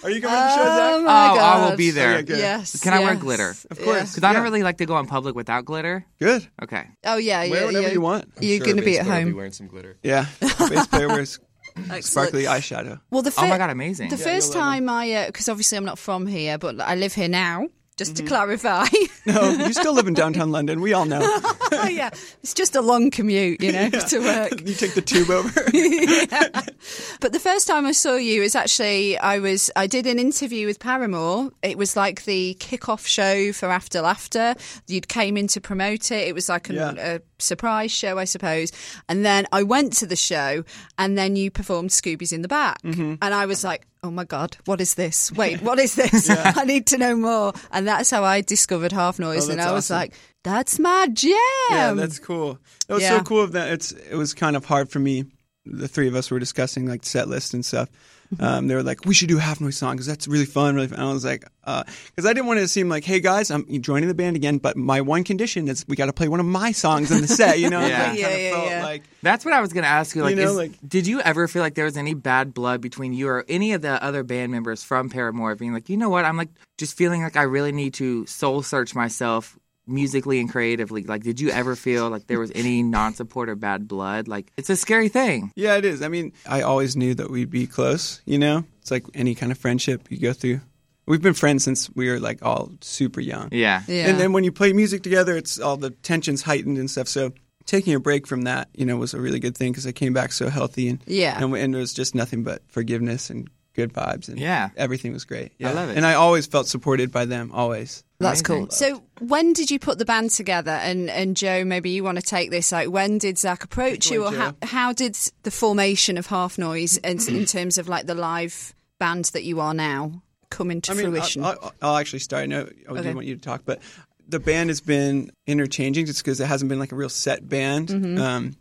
Speaker 5: Are you coming to the show,
Speaker 1: Oh
Speaker 5: Zach?
Speaker 1: my
Speaker 2: Oh,
Speaker 1: god.
Speaker 2: I will be there.
Speaker 5: Okay, good.
Speaker 1: Yes.
Speaker 2: Can I wear
Speaker 1: yes,
Speaker 2: glitter? Of
Speaker 1: yeah.
Speaker 5: course.
Speaker 2: Because I don't
Speaker 5: Yeah.
Speaker 2: really like to go in public without glitter.
Speaker 5: Good.
Speaker 2: Okay.
Speaker 1: Oh yeah, yeah.
Speaker 5: Wear whatever
Speaker 1: yeah.
Speaker 5: you want.
Speaker 1: You're
Speaker 6: Sure,
Speaker 1: going to be
Speaker 6: Vince
Speaker 1: at
Speaker 6: Carter
Speaker 1: home.
Speaker 6: wearing some glitter.
Speaker 5: Yeah. Bass player wears
Speaker 1: Excellent.
Speaker 5: sparkly eyeshadow.
Speaker 1: Well, the
Speaker 2: Oh my
Speaker 1: fir-
Speaker 2: god! Amazing.
Speaker 1: The first time I, because obviously I'm not from here, but I live here now. Just
Speaker 5: Mm-hmm.
Speaker 1: to clarify,
Speaker 5: No, Oh, you still live in downtown London. We all know.
Speaker 1: oh yeah, it's just a long commute, you know, to work.
Speaker 5: you take the tube over.
Speaker 1: But the first time I saw you is actually I was I did an interview with Paramore. It was like the kickoff show for After Laughter. You'd came in to promote it. It was like an,
Speaker 5: Yeah.
Speaker 1: a surprise show, I suppose. And then I went to the show, and then you performed Scooby's in the Back,
Speaker 5: Mm-hmm.
Speaker 1: and I was like. Oh my God, what is this? Wait, what is this? I need to know more. And that's how I discovered Half Noise.
Speaker 5: Oh,
Speaker 1: and
Speaker 5: that's
Speaker 1: I was
Speaker 5: awesome.
Speaker 1: like, that's my jam.
Speaker 5: Yeah, that's cool. That
Speaker 1: Um,
Speaker 5: was
Speaker 1: yeah.
Speaker 5: so cool of that. It's it was kind of hard for me. The three of us were discussing like set list and stuff.
Speaker 1: Mm-hmm.
Speaker 5: Um, they were like, "We should do a half noise song because that's really fun." Really fun. And I was like, "Because I didn't want it to seem like, hey guys, I'm joining the band again, but my one condition is we got to play one of my songs in the set." You know,
Speaker 2: Yeah.
Speaker 5: Like,
Speaker 1: Yeah,
Speaker 5: kinda
Speaker 1: yeah,
Speaker 5: felt
Speaker 1: yeah.
Speaker 5: Like,
Speaker 2: That's what I was going to ask you. Like,
Speaker 5: know,
Speaker 2: is-
Speaker 5: like-
Speaker 2: did you ever feel like there was any bad blood between you or any of the other band members from Paramore? Being like, you know what? I'm like just feeling like I really need to soul search myself musically and creatively. Like, did you ever feel like there was any non-support or bad blood? Like, it's a scary thing.
Speaker 5: yeah, it is. I mean, I always knew that we'd be close. You know, it's like any kind of friendship you go through. We've been friends since we were like all super young.
Speaker 2: Yeah.
Speaker 1: Yeah.
Speaker 5: And then when you play music together, it's all the tensions heightened and stuff. So taking a break from that, you know, was a really good thing because I came back so healthy and
Speaker 1: Yeah.
Speaker 5: and, and it was just nothing but forgiveness and good vibes and
Speaker 2: Yeah.
Speaker 5: everything was great. Yeah.
Speaker 2: love it.
Speaker 5: And I always felt supported by them. Always.
Speaker 1: That's
Speaker 2: Amazing.
Speaker 1: cool. So, when did you put the band together? And and Joe, maybe you want to take this. Like, when did Zach approach you, or
Speaker 5: one,
Speaker 1: how, how did the formation of Half Noise, and in terms of like the live band that you are now, come into
Speaker 5: I mean,
Speaker 1: fruition?
Speaker 5: I'll, I'll, I'll actually start. I know I
Speaker 1: Okay.
Speaker 5: didn't want you to talk, but the band has been interchanging just because it hasn't been like a real set band
Speaker 1: Mm-hmm.
Speaker 5: um,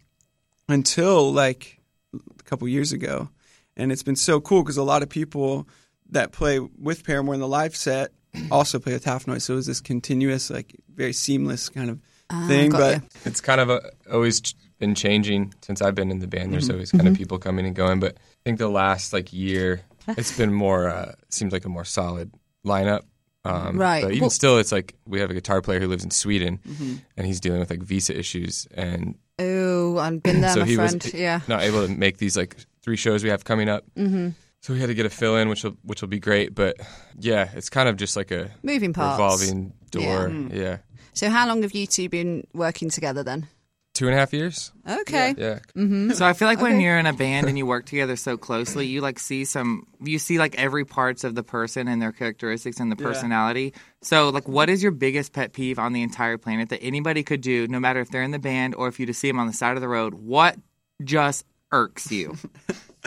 Speaker 5: until like a couple years ago. And it's been so cool because a lot of people that play with Paramore in the live set also play with Half Noise. So it was this continuous, like very seamless kind of thing.
Speaker 1: Ah, got
Speaker 5: But
Speaker 1: ya.
Speaker 6: It's kind of a, always ch- been changing since I've been in the band. There's
Speaker 1: Mm-hmm.
Speaker 6: always kind of people coming and going, but I think the last like year, it's been more. Uh, seems like a more solid lineup. Um,
Speaker 1: Right.
Speaker 6: But even
Speaker 1: Well- Mm-hmm.
Speaker 6: still, it's like we have a guitar player who lives in Sweden, and he's dealing with like visa issues, and
Speaker 1: oh, I've been there,
Speaker 6: so
Speaker 1: my
Speaker 6: he
Speaker 1: friend.
Speaker 6: was
Speaker 1: yeah.
Speaker 6: not able to make these like three shows we have coming up. Mm-hmm. So we had to get a fill in, which will which will be great. But yeah, it's kind of just like a
Speaker 1: Moving parts. Mm.
Speaker 6: revolving door. Yeah.
Speaker 1: So, how long have you two been working together then?
Speaker 6: two and a half years.
Speaker 1: Okay.
Speaker 6: Yeah.
Speaker 2: So I feel like when you're in a band and you work together so closely, you like see some, you see like every parts of the person and their characteristics and the personality. So like, what is your biggest pet peeve on the entire planet that anybody could do, no matter if they're in the band or if you just see them on the side of the road? What just irks you?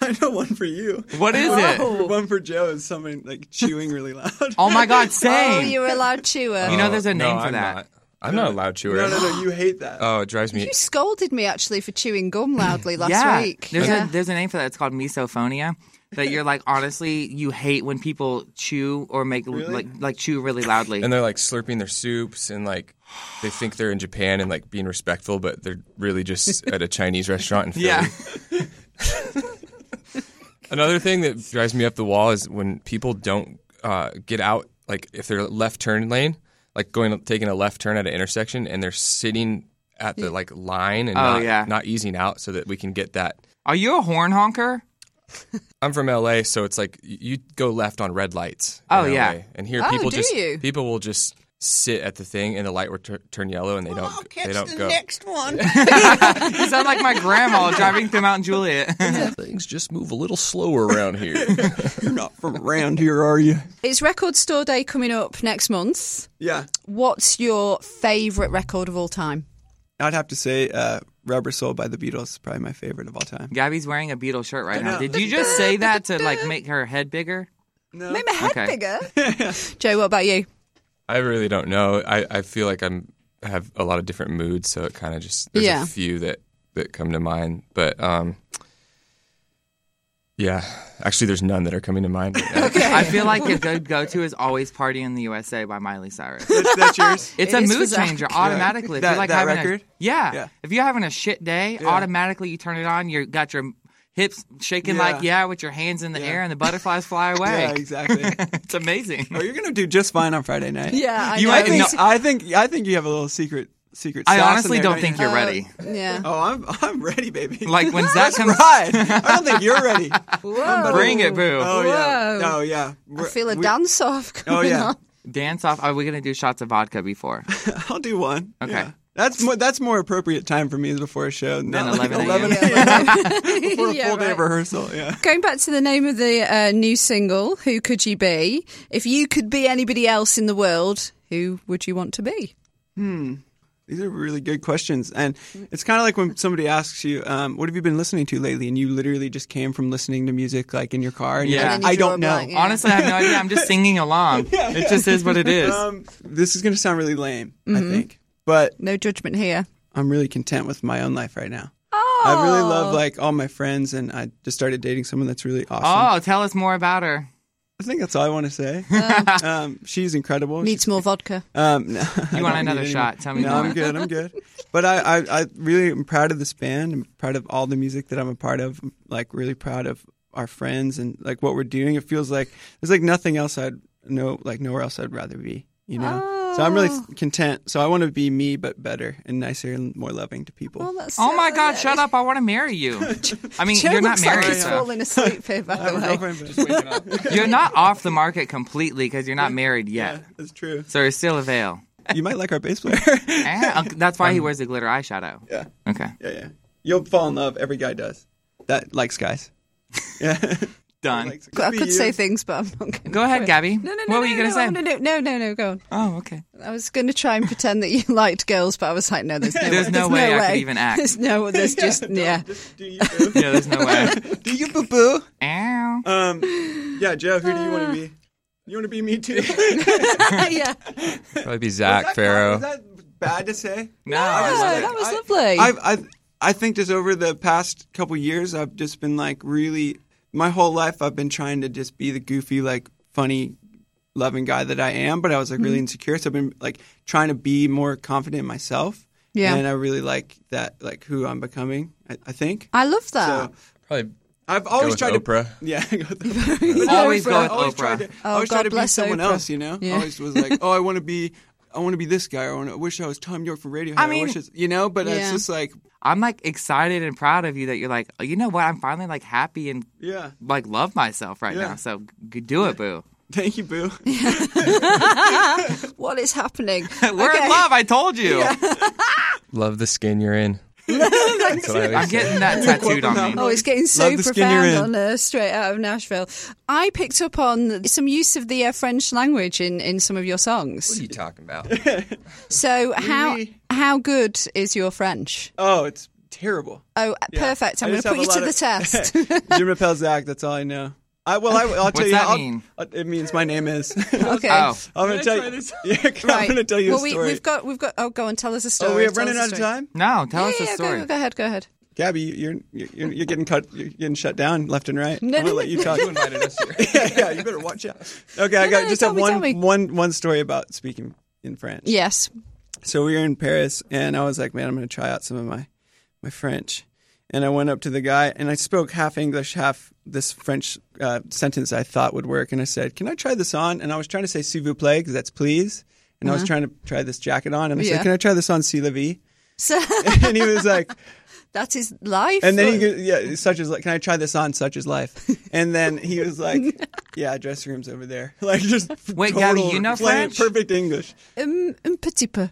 Speaker 5: I know one for you.
Speaker 2: What is it?
Speaker 1: Oh,
Speaker 5: One for Joe is someone like chewing really loud.
Speaker 2: Oh my God,
Speaker 1: Oh,
Speaker 2: same.
Speaker 1: you were allowed uh, chewer.
Speaker 2: You know, there's a
Speaker 6: Oh,
Speaker 2: name
Speaker 6: no,
Speaker 2: for
Speaker 6: I'm
Speaker 2: that.
Speaker 6: Not. I'm not a loud chewer.
Speaker 5: no, no, no, you hate that.
Speaker 1: Uh,
Speaker 6: Oh, it drives me.
Speaker 1: You scolded me actually for chewing gum loudly last
Speaker 2: yeah.
Speaker 1: week.
Speaker 2: There's
Speaker 1: yeah.
Speaker 2: a there's a name for that. It's called misophonia. That you're like honestly, you hate when people chew or make like like chew really loudly.
Speaker 6: And they're like slurping their soups and like they think they're in Japan and like being respectful, but they're really just at a Chinese restaurant in Philly.
Speaker 2: yeah.
Speaker 6: Another thing that drives me up the wall is when people don't uh, get out, like if they're left turn lane, like going taking a left turn at an intersection, and they're sitting at the like line and
Speaker 2: Oh,
Speaker 6: not,
Speaker 2: yeah.
Speaker 6: not easing out so that we can get that.
Speaker 2: Are you a horn honker?
Speaker 6: I'm from LA, so it's like y- you go left on red lights. in
Speaker 2: Oh, yeah.
Speaker 6: LA, and here
Speaker 1: Oh,
Speaker 6: people
Speaker 1: do
Speaker 6: just
Speaker 1: you?
Speaker 6: people will just sit at the thing and the light will tur- turn yellow and they don't they don't go.
Speaker 5: one.
Speaker 2: You sound like my grandma driving through Mount Juliet.
Speaker 6: Things just move a little slower around here.
Speaker 5: You're not from around here, are you?
Speaker 1: It's Record Store Day coming up next month.
Speaker 5: Yeah,
Speaker 1: What's your favourite record of all time?
Speaker 5: I'd have to say uh, "Rubber Soul" by the Beatles is probably my favorite of all time.
Speaker 2: Gabby's wearing a Beatles shirt right now. Did you just say that to like make her head bigger?
Speaker 1: Make my head
Speaker 2: Okay.
Speaker 1: bigger. Joe, what about you?
Speaker 6: I really don't know. I, I feel like I'm I have a lot of different moods, so it kind of just there's
Speaker 1: Yeah.
Speaker 6: a few that that come to mind, but um, yeah, actually, there's none that are coming to mind. Right now.
Speaker 2: I feel like a good go to is always "Party in the USA" by Miley Cyrus.
Speaker 5: That's, that's yours.
Speaker 2: It's
Speaker 1: It
Speaker 2: a
Speaker 1: is
Speaker 2: mood
Speaker 1: for Zach.
Speaker 2: changer automatically. If
Speaker 5: That-
Speaker 2: you're like
Speaker 5: that
Speaker 2: having
Speaker 5: record?
Speaker 2: A, yeah.
Speaker 5: Yeah.
Speaker 2: If you're having a shit day, automatically you turn it on. You got your hips shaking
Speaker 5: Yeah.
Speaker 2: like yeah, with your hands in the air, and the butterflies fly away.
Speaker 5: Yeah, exactly.
Speaker 2: It's amazing.
Speaker 5: oh, you're gonna do just fine on Friday night.
Speaker 1: Yeah, I
Speaker 2: You
Speaker 1: know.
Speaker 2: might
Speaker 5: I think,
Speaker 2: No.
Speaker 5: I think I think you have a little secret secret.
Speaker 2: I
Speaker 5: sauce in
Speaker 2: honestly
Speaker 5: there,
Speaker 2: don't think
Speaker 5: you?
Speaker 2: you're ready.
Speaker 1: yeah.
Speaker 5: Oh, I'm I'm ready, baby.
Speaker 2: Like when Zach comes,
Speaker 5: ride. I don't think you're ready.
Speaker 1: Whoa.
Speaker 2: bring it, boo.
Speaker 5: Oh yeah.
Speaker 1: Whoa.
Speaker 5: Oh yeah.
Speaker 1: I
Speaker 5: We're-
Speaker 1: feel a
Speaker 5: we-
Speaker 1: dance off coming
Speaker 5: Oh yeah.
Speaker 1: on.
Speaker 2: Dance off. Are we gonna do shots of vodka before?
Speaker 5: I'll do one.
Speaker 2: Okay.
Speaker 5: Yeah. That's more, that's more appropriate time for me is before a show, not
Speaker 2: Than
Speaker 5: like
Speaker 2: 11
Speaker 5: 11
Speaker 2: a.m.
Speaker 5: a.m. before a
Speaker 1: Yeah,
Speaker 5: full day
Speaker 1: right.
Speaker 5: of rehearsal. Yeah.
Speaker 1: Going back to the name of the uh, new single, Who Could You Be? If you could be anybody else in the world, who would you want to be?
Speaker 5: These are really good questions, and it's kind of like when somebody asks you, um, "What have you been listening to lately?" and you literally just came from listening to music like in your car. And you're
Speaker 2: Yeah.
Speaker 5: like,
Speaker 2: And
Speaker 1: then you
Speaker 5: I
Speaker 1: draw a
Speaker 5: don't know.
Speaker 1: blank, yeah.
Speaker 2: Honestly, I have no idea. I'm just singing along. It just is what it is.
Speaker 5: Um, this is going to sound really lame, I think, but
Speaker 1: No judgment here.
Speaker 5: I'm really content with my own life right now. Oh. I really love like all my friends, and I just started dating someone that's really awesome.
Speaker 2: oh, tell us more about her.
Speaker 5: I think that's all I want to say. um, she's incredible.
Speaker 1: Needs more vodvodka.
Speaker 5: Um, no, I
Speaker 2: want
Speaker 5: don't
Speaker 2: another
Speaker 5: need any
Speaker 2: shot?
Speaker 5: more.
Speaker 2: Tell me
Speaker 5: No,
Speaker 2: more.
Speaker 5: I'm good. I'm good. But I, I, I really am proud of this band. I'm proud of all the music that I'm a part of. I'm, like really proud of our friends and like what we're doing. It feels like there's like nothing else I'd know, like nowhere else I'd rather be. You know. So I'm
Speaker 2: Oh.
Speaker 5: really content. So I want to be me, but better and nicer and more loving to people.
Speaker 1: Oh, that's
Speaker 2: Oh my
Speaker 1: so
Speaker 2: God!
Speaker 1: lovely.
Speaker 2: Shut up! I want to marry you. I mean,
Speaker 1: Joe
Speaker 2: you're not
Speaker 1: looks like
Speaker 2: married.
Speaker 1: he's
Speaker 2: so.
Speaker 1: falling asleep here, by
Speaker 2: Oh
Speaker 5: I have a
Speaker 1: the way.
Speaker 5: girlfriend, but-
Speaker 2: You're not off the market completely because you're not married yet.
Speaker 5: that's true.
Speaker 2: So it's still a veil.
Speaker 5: You might like our bass player.
Speaker 2: Eh, unc- That's
Speaker 1: Um,
Speaker 2: why he wears the glitter eyeshadow.
Speaker 5: yeah,
Speaker 2: Okay.
Speaker 5: yeah, yeah. You'll fall in love. Every guy does. That likes guys. Yeah.
Speaker 2: Done.
Speaker 5: Likes-
Speaker 1: I
Speaker 5: be
Speaker 1: could
Speaker 5: you.
Speaker 1: say things, but I'm not going
Speaker 2: Go ahead, Gabby.
Speaker 1: No, no, no.
Speaker 2: What
Speaker 1: no,
Speaker 2: were you
Speaker 1: no,
Speaker 2: going to
Speaker 1: No,
Speaker 2: say?
Speaker 1: no, no, no, no, go on.
Speaker 2: Oh, okay.
Speaker 1: I was going to try and pretend that you liked girls, but I was like, no, there's no
Speaker 2: There's
Speaker 1: way.
Speaker 2: no way I could even act.
Speaker 1: There's no, there's just, yeah.
Speaker 5: Do you boo?
Speaker 2: Yeah, there's no way.
Speaker 5: do you boo boo?
Speaker 2: Ow.
Speaker 1: Uh,
Speaker 5: Um, yeah, Joe. Who do you want to be? You want to be me too?
Speaker 1: yeah.
Speaker 6: Probably be Zach Farrow.
Speaker 5: Is that bad to say?
Speaker 2: No,
Speaker 1: Oh,
Speaker 2: I
Speaker 1: that
Speaker 2: love it.
Speaker 1: was
Speaker 5: I-
Speaker 1: lovely.
Speaker 5: I've, i I think just over the past couple years, I've just been like really, my whole life, I've been trying to just be the goofy, like funny, loving guy that I am, but I was like
Speaker 6: Mm-hmm.
Speaker 5: really insecure. So I've been like trying to be more confident in myself.
Speaker 1: Yeah.
Speaker 5: And I really like that, like who I'm becoming, I, I think.
Speaker 1: I love that.
Speaker 5: So
Speaker 6: Probably
Speaker 5: I've
Speaker 6: Ah. go
Speaker 5: always
Speaker 6: with
Speaker 5: tried to.
Speaker 6: Oprah.
Speaker 5: Yeah, go with Oprah. Oh,
Speaker 2: Always go with
Speaker 5: uh, always
Speaker 2: Oprah.
Speaker 5: tried to,
Speaker 1: Oh,
Speaker 5: always
Speaker 1: God
Speaker 5: tried to be
Speaker 1: bless
Speaker 5: someone
Speaker 1: Oprah.
Speaker 5: else, you know.
Speaker 1: Yeah.
Speaker 5: Always was like, oh, I want to be, I want to be this guy. Or I, wanna, I wish I was Tom York from Radiohead. I,
Speaker 2: mean-
Speaker 5: wish it's, you know. But
Speaker 1: Yeah.
Speaker 5: it's just like,
Speaker 2: I'm like excited and proud of you that you're like, oh, you know what? I'm finally like happy and
Speaker 5: yeah,
Speaker 2: like love myself right
Speaker 5: Yeah.
Speaker 2: now. So g- do it, boo.
Speaker 5: thank you, boo.
Speaker 1: What is happening?
Speaker 2: We're
Speaker 1: Okay.
Speaker 2: in love. I told you.
Speaker 6: Love the skin you're in. That's what I always
Speaker 2: I'm
Speaker 6: say.
Speaker 2: getting that tattooed on me.
Speaker 1: Oh, it's getting so
Speaker 5: Love the skin you're
Speaker 1: profound
Speaker 5: in.
Speaker 1: on uh, Straight Out of Nashville. I picked up on some use of the uh, French language in, in some of your
Speaker 6: What
Speaker 1: songs.
Speaker 6: are you talking about?
Speaker 1: So how
Speaker 5: oui.
Speaker 1: how good is your French?
Speaker 5: Oh, it's terrible.
Speaker 1: Oh, perfect. I'm
Speaker 5: I
Speaker 1: going
Speaker 5: just
Speaker 1: to put
Speaker 5: have
Speaker 1: you
Speaker 5: a
Speaker 1: to
Speaker 5: lot
Speaker 1: the
Speaker 5: of-
Speaker 1: test.
Speaker 5: Je m'appelle Zach. That's all I know. I well, I, I'll tell
Speaker 2: What's
Speaker 5: you.
Speaker 2: that
Speaker 5: I'll-
Speaker 2: mean?
Speaker 5: I'll- it means my name is.
Speaker 1: Okay.
Speaker 2: Oh,
Speaker 5: I'm gonna tell you. Yeah, I'm
Speaker 1: Right.
Speaker 5: gonna tell you
Speaker 1: well,
Speaker 5: a story.
Speaker 1: We, we've got we've got. Oh, go and tell us a story.
Speaker 5: oh, we are
Speaker 1: Tell us
Speaker 5: running
Speaker 1: a
Speaker 5: out of
Speaker 1: story.
Speaker 5: time.
Speaker 2: no, tell
Speaker 1: Yeah,
Speaker 2: us
Speaker 1: yeah,
Speaker 2: a
Speaker 1: go-
Speaker 2: story.
Speaker 1: Go, ahead. Go ahead.
Speaker 5: Gabby, you're you're, you're getting cut. You're getting shut down left and right.
Speaker 1: No,
Speaker 5: I'm gonna
Speaker 1: no,
Speaker 5: let you talk.
Speaker 6: You invited us here.
Speaker 5: yeah, yeah, you better watch out. Okay, I
Speaker 1: No,
Speaker 5: got
Speaker 1: no,
Speaker 5: just
Speaker 1: tell
Speaker 5: have
Speaker 1: me, tell
Speaker 5: one
Speaker 1: me.
Speaker 5: one- one story about speaking in French.
Speaker 1: Yes.
Speaker 5: So we were in Paris, and I was like, man, I'm going to try out some of my, my French. And I went up to the guy, and I spoke half English, half this French uh, sentence I thought would work. And I said, can I try this on? And I was trying to say, s'il vous plaît, because that's please. And I was trying to try this jacket on, and I
Speaker 1: Uh-huh. Yeah.
Speaker 5: said, can I try this on, c'est la vie?
Speaker 1: So
Speaker 5: And he was like,
Speaker 1: that is life.
Speaker 5: and then he goes, yeah, such as like, can I try this on, such as life? And then he was like, yeah, dressing room's over there. Like just
Speaker 2: Wait,
Speaker 5: total,
Speaker 2: Gabby, you know
Speaker 5: plain,
Speaker 2: French?
Speaker 5: Perfect English.
Speaker 1: um, un petit peu.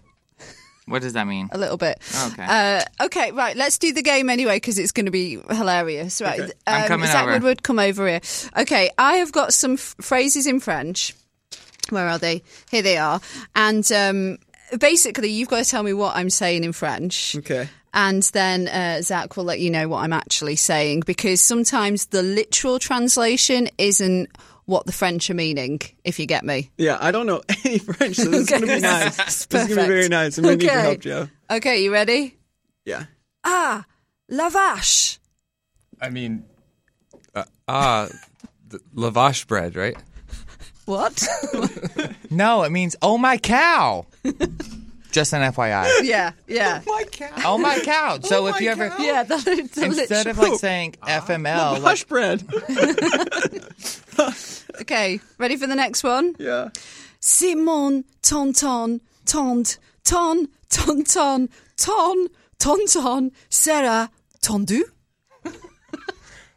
Speaker 2: What does that mean?
Speaker 1: a little bit.
Speaker 2: Oh, Okay.
Speaker 1: Uh, okay, right. Let's do the game anyway because it's going to be hilarious. Right. Um,
Speaker 2: I'm coming
Speaker 1: Zach
Speaker 2: over.
Speaker 1: Woodward, come over here. Okay, I have got some f- phrases in French. Where are they? Here they are. And um, basically, you've got to tell me what I'm saying in French.
Speaker 5: Okay.
Speaker 1: And then uh, Zach will let you know what I'm actually saying because sometimes the literal translation isn't what the French are meaning, if you get me.
Speaker 5: Yeah, I don't know any French, so this is going to be nice.
Speaker 1: That's
Speaker 5: This is going to
Speaker 1: perfect.
Speaker 5: be very nice. I'm going to need your
Speaker 1: Okay.
Speaker 5: help, Joe.
Speaker 1: Okay, you ready?
Speaker 5: Yeah.
Speaker 1: La vache.
Speaker 6: I mean, uh, ah, the lavash bread, right?
Speaker 1: What?
Speaker 2: No, it means oh my cow. Just an FYI.
Speaker 1: yeah, yeah.
Speaker 5: My cow.
Speaker 2: Oh my cow. So
Speaker 5: Oh
Speaker 2: if
Speaker 5: my
Speaker 2: you ever
Speaker 5: cow.
Speaker 1: Yeah, that, that's
Speaker 2: instead of
Speaker 1: literal-
Speaker 2: like saying FML, like,
Speaker 5: Hush bread.
Speaker 1: okay, ready for the next one?
Speaker 5: yeah.
Speaker 1: C'est mon tonton, tond, ton, tonton, ton, tonton, Sarah, tondu.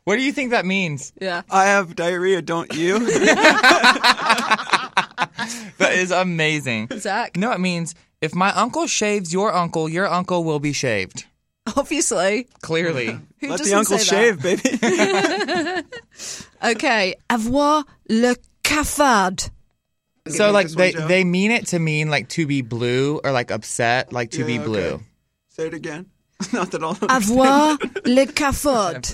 Speaker 2: what do you think that means?
Speaker 1: Yeah.
Speaker 5: I have diarrhea, don't you?
Speaker 2: That is amazing.
Speaker 1: Zach,
Speaker 2: No, it means if my uncle shaves your uncle, your uncle will be shaved.
Speaker 1: obviously.
Speaker 2: Clearly.
Speaker 1: Who
Speaker 5: Let
Speaker 1: doesn't
Speaker 5: the uncle
Speaker 1: say
Speaker 5: shave, baby.
Speaker 1: That? Okay, avoir le cafard.
Speaker 2: so
Speaker 5: make
Speaker 2: like
Speaker 5: this one,
Speaker 2: they,
Speaker 5: Joe.
Speaker 2: they mean it to mean like to be blue or like upset, like to be
Speaker 5: Yeah, okay.
Speaker 2: blue.
Speaker 5: Say it again. Not that all.
Speaker 1: Um, Avoir le cafard.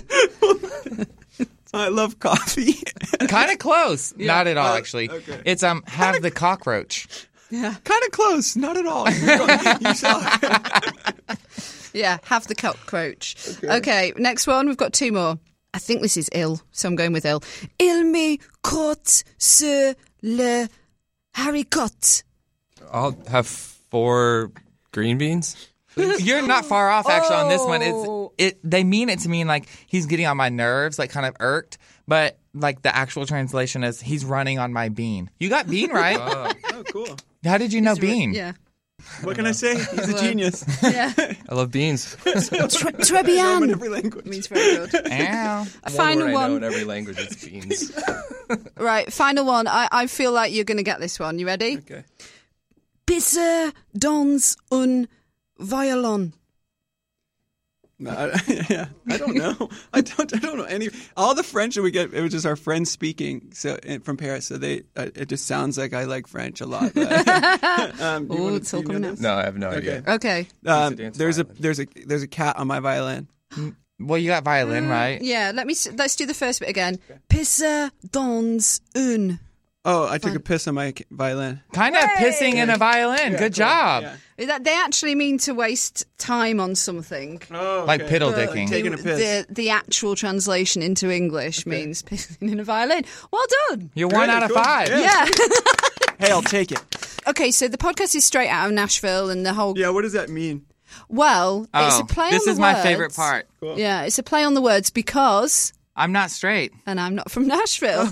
Speaker 5: I love coffee.
Speaker 2: Kind of close. Not at all, actually.
Speaker 5: uh, okay.
Speaker 2: It's um have the cockroach.
Speaker 5: kind of close. Not at all. You suck.
Speaker 1: Yeah, have the cockroach. Okay. next one. We've got two more. I think this is ill, so I'm going with ill. Il me court sur le haricot.
Speaker 6: I'll have four green beans.
Speaker 2: You're not far off actually on this one.
Speaker 1: Oh.
Speaker 2: It's it they mean it to mean like he's getting on my nerves, like kind of irked, but like the actual translation is he's running on my bean. You got bean right?
Speaker 5: Oh, cool.
Speaker 2: How did you know bean?
Speaker 1: Yeah.
Speaker 5: What can I say? He's a genius.
Speaker 1: Yeah.
Speaker 6: I love beans.
Speaker 1: Tr- très
Speaker 5: I'm in
Speaker 1: bien.
Speaker 5: every language.
Speaker 1: Means very good.
Speaker 2: Ow.
Speaker 1: A final
Speaker 6: I know in
Speaker 1: one.
Speaker 6: every language it's beans.
Speaker 1: Right, final one. I, I feel like you're going to get this one. You ready?
Speaker 5: Okay.
Speaker 1: Pisse dans un violon.
Speaker 5: No, I, yeah, I don't know. I don't. I don't know any. All the French that we get, it was just our friends speaking. So and from Paris, so they. Uh, it just sounds like I like French a lot. But, um, do you
Speaker 1: Ooh,
Speaker 5: wanna-
Speaker 1: it's
Speaker 5: do
Speaker 1: all
Speaker 5: you know
Speaker 1: coming out.
Speaker 5: this?
Speaker 6: No, I have no idea.
Speaker 5: Okay.
Speaker 1: Okay.
Speaker 5: Um,
Speaker 6: It's a dance
Speaker 5: there's
Speaker 6: violin.
Speaker 5: a there's a there's a cat on my violin.
Speaker 2: Well, you got
Speaker 5: Mm,
Speaker 2: violin right.
Speaker 1: Yeah, let me s- let's do the first bit again. Pisse dans un.
Speaker 5: Oh, I took a piss on my c- violin.
Speaker 2: Kind of pissing in a violin. Good job.
Speaker 1: That they actually mean to waste time on something.
Speaker 5: Oh,
Speaker 2: Like piddle dicking.
Speaker 5: Taking a piss.
Speaker 1: The the actual translation into English means pissing in a violin. Well done.
Speaker 2: You're one
Speaker 5: Good,
Speaker 2: out of
Speaker 5: cool.
Speaker 2: five.
Speaker 5: Yeah.
Speaker 1: Yeah.
Speaker 5: Hey, I'll take it.
Speaker 1: okay, so the podcast is straight out of Nashville and the whole
Speaker 5: Yeah, what does that mean?
Speaker 1: well,
Speaker 2: Oh,
Speaker 1: it's a play
Speaker 2: this
Speaker 1: on the
Speaker 2: is my
Speaker 1: words.
Speaker 2: favorite part.
Speaker 1: Yeah, it's a play on the words because
Speaker 2: I'm not straight.
Speaker 1: and I'm not from Nashville.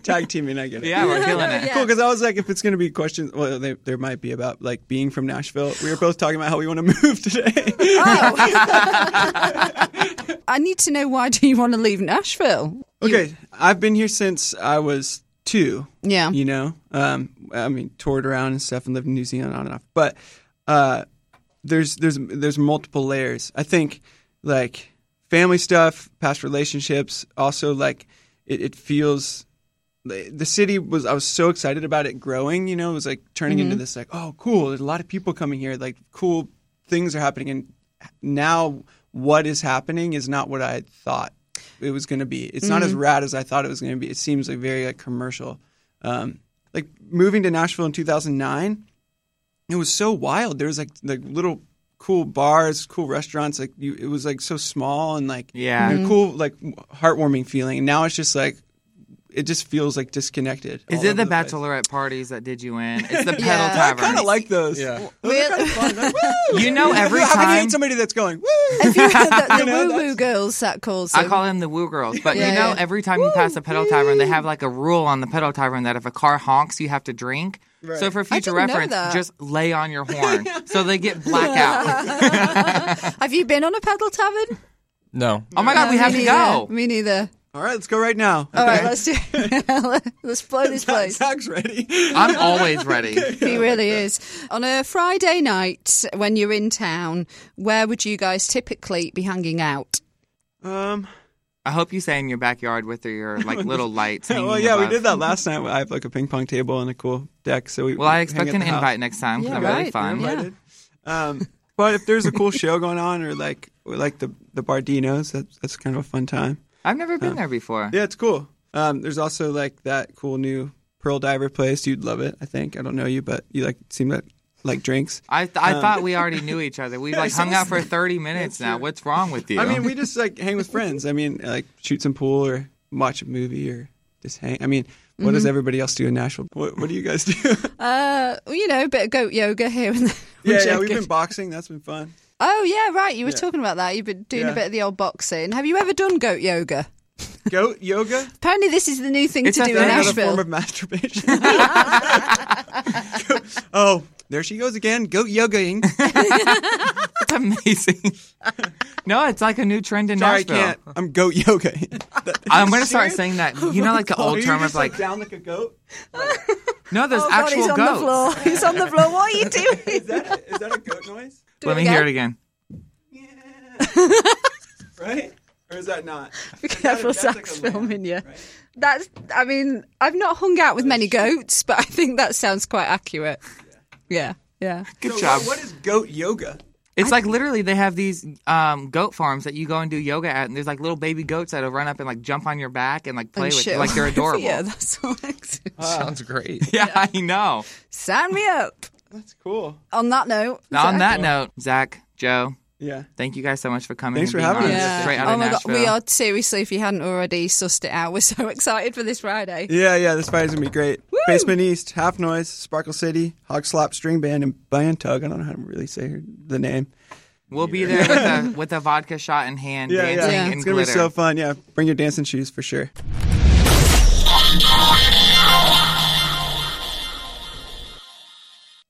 Speaker 5: Tag teaming, I get it.
Speaker 2: Yeah, we're killing it.
Speaker 1: Yeah.
Speaker 5: Cool, because I was like, if it's going to be questions, well, they, there might be about like being from Nashville. We were both talking about how we want to move today.
Speaker 1: Oh. I need to know why do you want to leave Nashville?
Speaker 5: okay, I've been here since I was two.
Speaker 1: Yeah.
Speaker 5: Oh, you know um i mean toured around and stuff and lived in new zealand on and off but uh there's there's there's multiple layers. I think like family stuff, past relationships, also like it, it feels the the city was I was so excited about it growing, you know, it was like turning into this like, oh cool, there's a lot of people coming here, like cool things are happening and now what is happening is not what I had thought it was going to be. It's not as rad as I thought it was going to be. It seems like very like commercial. Um, like moving to Nashville in 2009, it was so wild. There was like like little cool bars, cool restaurants. Like you, it was like so small and like
Speaker 7: Yeah.
Speaker 5: you know, cool like heartwarming feeling. And now it's just like it just feels like disconnected.
Speaker 7: Is
Speaker 5: all
Speaker 7: it
Speaker 5: over
Speaker 7: the
Speaker 5: place.
Speaker 7: bachelorette parties that did you in? It's the pedal
Speaker 1: Yeah.
Speaker 5: I
Speaker 7: tavern.
Speaker 5: kind of like those.
Speaker 6: Yeah.
Speaker 5: Those are kinda fun. Like, woo!
Speaker 7: You know, every
Speaker 5: I
Speaker 7: time
Speaker 5: hate somebody that's going. Woo!
Speaker 1: If you the, the
Speaker 5: You know,
Speaker 1: woo woo girls that calls
Speaker 7: I
Speaker 1: them.
Speaker 7: call them the woo girls, but
Speaker 1: Yeah,
Speaker 7: you know,
Speaker 1: yeah.
Speaker 7: every time you pass a pedal tavern, they have like a rule on the pedal tavern that if a car honks, you have to drink. So for future
Speaker 1: didn't know
Speaker 7: reference,
Speaker 1: that.
Speaker 7: just lay on your horn so they get blackout.
Speaker 1: Have you been on a pedal tavern?
Speaker 6: No.
Speaker 7: oh my god,
Speaker 1: No,
Speaker 7: we
Speaker 1: me
Speaker 7: have to
Speaker 1: neither.
Speaker 7: go.
Speaker 1: Me neither.
Speaker 5: All right, let's go right now.
Speaker 1: All right, let's do. let's blow this place.
Speaker 5: Zach's ready.
Speaker 7: I'm always ready.
Speaker 1: He really is. On a Friday night when you're in town, where would you guys typically be hanging out?
Speaker 5: Um.
Speaker 7: I hope you stay in your backyard with your like little lights. hanging
Speaker 5: Well, yeah, we
Speaker 7: above.
Speaker 5: did that last night. I have like a ping pong table and a cool deck. So we.
Speaker 7: Well, I
Speaker 5: hang
Speaker 7: expect
Speaker 5: at
Speaker 7: an
Speaker 5: the house.
Speaker 7: invite next time because
Speaker 1: Yeah,
Speaker 7: I'm really
Speaker 1: right.
Speaker 7: fun.
Speaker 1: Yeah.
Speaker 5: invited. Um, but if there's a cool show going on, or like or like the the Bardinos, that's that's kind of a fun time.
Speaker 7: I've never been there before.
Speaker 5: Yeah, it's cool. Um, there's also like that cool new Pearl Diver place. You'd love it, I think. I don't know you, but you like seem to like drinks.
Speaker 7: I th- I thought we already knew each other. We like hung out for 30 minutes now. What's wrong with you?
Speaker 5: I mean, we just like hang with friends. I mean, like shoot some pool or watch a movie or just hang. I mean, what
Speaker 7: Mm-hmm.
Speaker 5: does everybody else do in Nashville? What, what do you guys do?
Speaker 1: Uh, well, you know, a bit of goat yoga here and there. I'm
Speaker 5: yeah, yeah, we've
Speaker 1: joking.
Speaker 5: been boxing. That's been fun.
Speaker 1: Oh yeah, right. You were talking about that. You've been doing
Speaker 5: Yeah.
Speaker 1: a bit of the old boxing. Have you ever done goat yoga?
Speaker 5: Goat yoga.
Speaker 1: Apparently, this is the new thing
Speaker 7: It's
Speaker 1: to
Speaker 7: a
Speaker 1: do
Speaker 7: thing.
Speaker 1: in
Speaker 5: Another
Speaker 1: Nashville.
Speaker 5: form of masturbation. oh, there she goes again. Goat yogaing.
Speaker 7: That's amazing. no, it's like a new trend in
Speaker 5: Sorry, I
Speaker 7: Nashville.
Speaker 5: can't. I'm goat yogaing.
Speaker 7: I'm gonna start saying that. You know, like the
Speaker 5: Are
Speaker 7: old
Speaker 5: you
Speaker 7: term
Speaker 5: just,
Speaker 7: of like,
Speaker 5: down like a goat?
Speaker 7: no, there's
Speaker 1: Oh, God,
Speaker 7: actual
Speaker 1: he's on the
Speaker 7: goats.
Speaker 1: floor. He's on the floor. What are you doing?
Speaker 5: Is that is that a goat noise?
Speaker 7: Let me hear it again.
Speaker 5: Right? Or is that not?
Speaker 1: Be careful,
Speaker 5: That's like a
Speaker 1: Zach's
Speaker 5: lamb,
Speaker 1: filming you. That's. I mean, I've not hung out with many goats, but I think that sounds quite accurate. Yeah, yeah.
Speaker 7: Good
Speaker 5: So
Speaker 7: job.
Speaker 5: what- what is goat yoga?
Speaker 7: It's like literally they have these um, goat farms that you go and do yoga at, and there's like little baby goats that'll run up and like jump on your back and like play
Speaker 1: And
Speaker 7: with
Speaker 1: shit
Speaker 7: you. Like they're
Speaker 1: all over
Speaker 7: adorable.
Speaker 1: you.
Speaker 7: yeah.
Speaker 1: that's all. excellent.
Speaker 6: Sounds great.
Speaker 7: I know.
Speaker 1: Sign me up.
Speaker 5: That's cool.
Speaker 1: On that note.
Speaker 7: Now, on
Speaker 1: Zach-
Speaker 7: that note, Zach, Joe,
Speaker 5: Yeah.
Speaker 7: thank you guys so much for coming.
Speaker 5: Thanks
Speaker 7: and
Speaker 5: for
Speaker 7: being on
Speaker 5: having us.
Speaker 1: Yeah.
Speaker 7: Straight out
Speaker 1: oh
Speaker 7: of
Speaker 1: my
Speaker 7: Nashville.
Speaker 1: god, we are seriously. If you hadn't already sussed it out, we're so excited for this Friday.
Speaker 5: Yeah, yeah, this fight is gonna be great.
Speaker 1: Woo!
Speaker 5: Basement East, Half Noise, Sparkle City, Hog Slop String Band, and Band Tug. I don't know how to really say her- the name.
Speaker 7: We'll be there with a, with a vodka shot in hand,
Speaker 5: Yeah,
Speaker 7: dancing
Speaker 5: yeah.
Speaker 7: and
Speaker 5: It's gonna
Speaker 7: glitter.
Speaker 5: be so fun. Yeah, bring your dancing shoes for sure.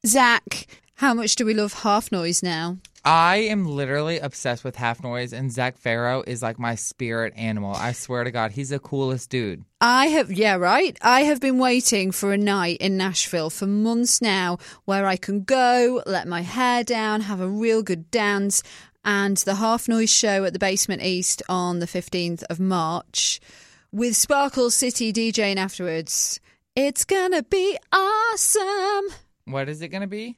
Speaker 1: Zach, how much do we love half noise now?
Speaker 2: I am literally obsessed with half noise, and Zach Farrow is like my spirit animal. I swear to God, he's the coolest dude.
Speaker 1: I have, yeah, right. I have been waiting for a night in Nashville for months now where I can go, let my hair down, have a real good dance. And the Half Noise show at the Basement East on the 15th of March with Sparkle City DJing afterwards. It's gonna be awesome.
Speaker 2: What is it gonna be?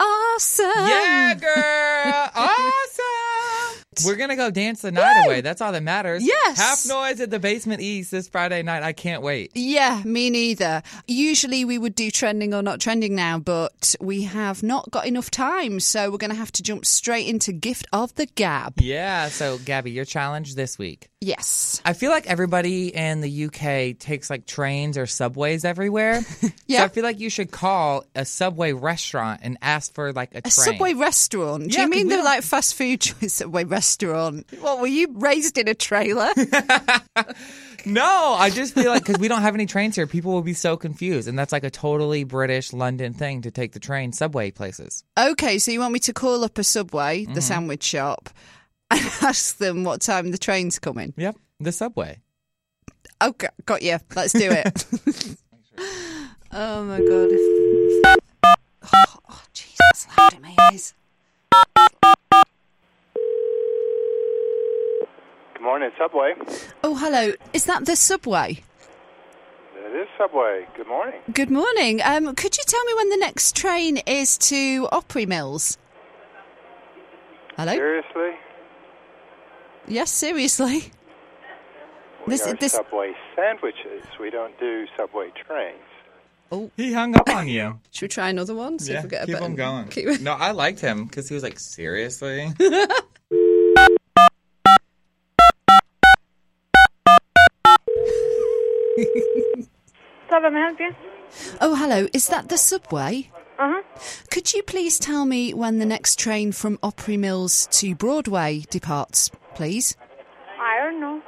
Speaker 1: Awesome.
Speaker 2: Yeah, girl! awesome! Um, We're gonna go dance the night away. That's all that matters.
Speaker 1: Yes.
Speaker 2: Half noise at the basement east this Friday night. I can't wait.
Speaker 1: Yeah, me neither. Usually we would do trending or not trending now, but we have not got enough time, so we're going to have to jump straight into gift of the gab.
Speaker 2: Yeah, so Gabby, your challenge this week.
Speaker 1: Yes.
Speaker 2: I feel like everybody in the UK takes like trains or subways everywhere.
Speaker 1: Yeah.
Speaker 2: So I feel like you should call a subway restaurant and ask for like a,
Speaker 1: A
Speaker 2: train.
Speaker 1: subway restaurant. Do
Speaker 2: Yeah,
Speaker 1: you
Speaker 2: 'cause
Speaker 1: mean
Speaker 2: we
Speaker 1: the
Speaker 2: don't-
Speaker 1: like fast food subway restaurant? What were you raised in a trailer?
Speaker 2: No, I just feel like because we don't have any trains here, people will be so confused, and that's like a totally British London thing to take the train subway places.
Speaker 1: okay, so you want me to call up a subway, the sandwich shop, and ask them what time the train's coming?
Speaker 2: Yep, the subway.
Speaker 1: Okay, got you. Let's do it. oh my god. If... Oh, Jesus, loud in my ears.
Speaker 8: morning, Subway.
Speaker 1: Oh, hello. Is that the subway?
Speaker 8: It is Subway. Good morning.
Speaker 1: Good morning. Um, could you tell me when the next train is to Opry Mills? Hello?
Speaker 8: Seriously?
Speaker 1: Yes, seriously.
Speaker 8: We
Speaker 1: This-
Speaker 8: are
Speaker 1: this-
Speaker 8: Subway sandwiches. We don't do Subway trains.
Speaker 2: He hung up on you.
Speaker 1: Should we try another one? See if we get a
Speaker 2: keep
Speaker 1: better-
Speaker 2: him going.
Speaker 1: Keep-
Speaker 2: No, I liked him because he was like, seriously?
Speaker 9: Southern Hampton.
Speaker 1: Oh, hello. Is that the subway? Could you please tell me when the next train from Opry Mills to Broadway departs, please?
Speaker 9: I don't know.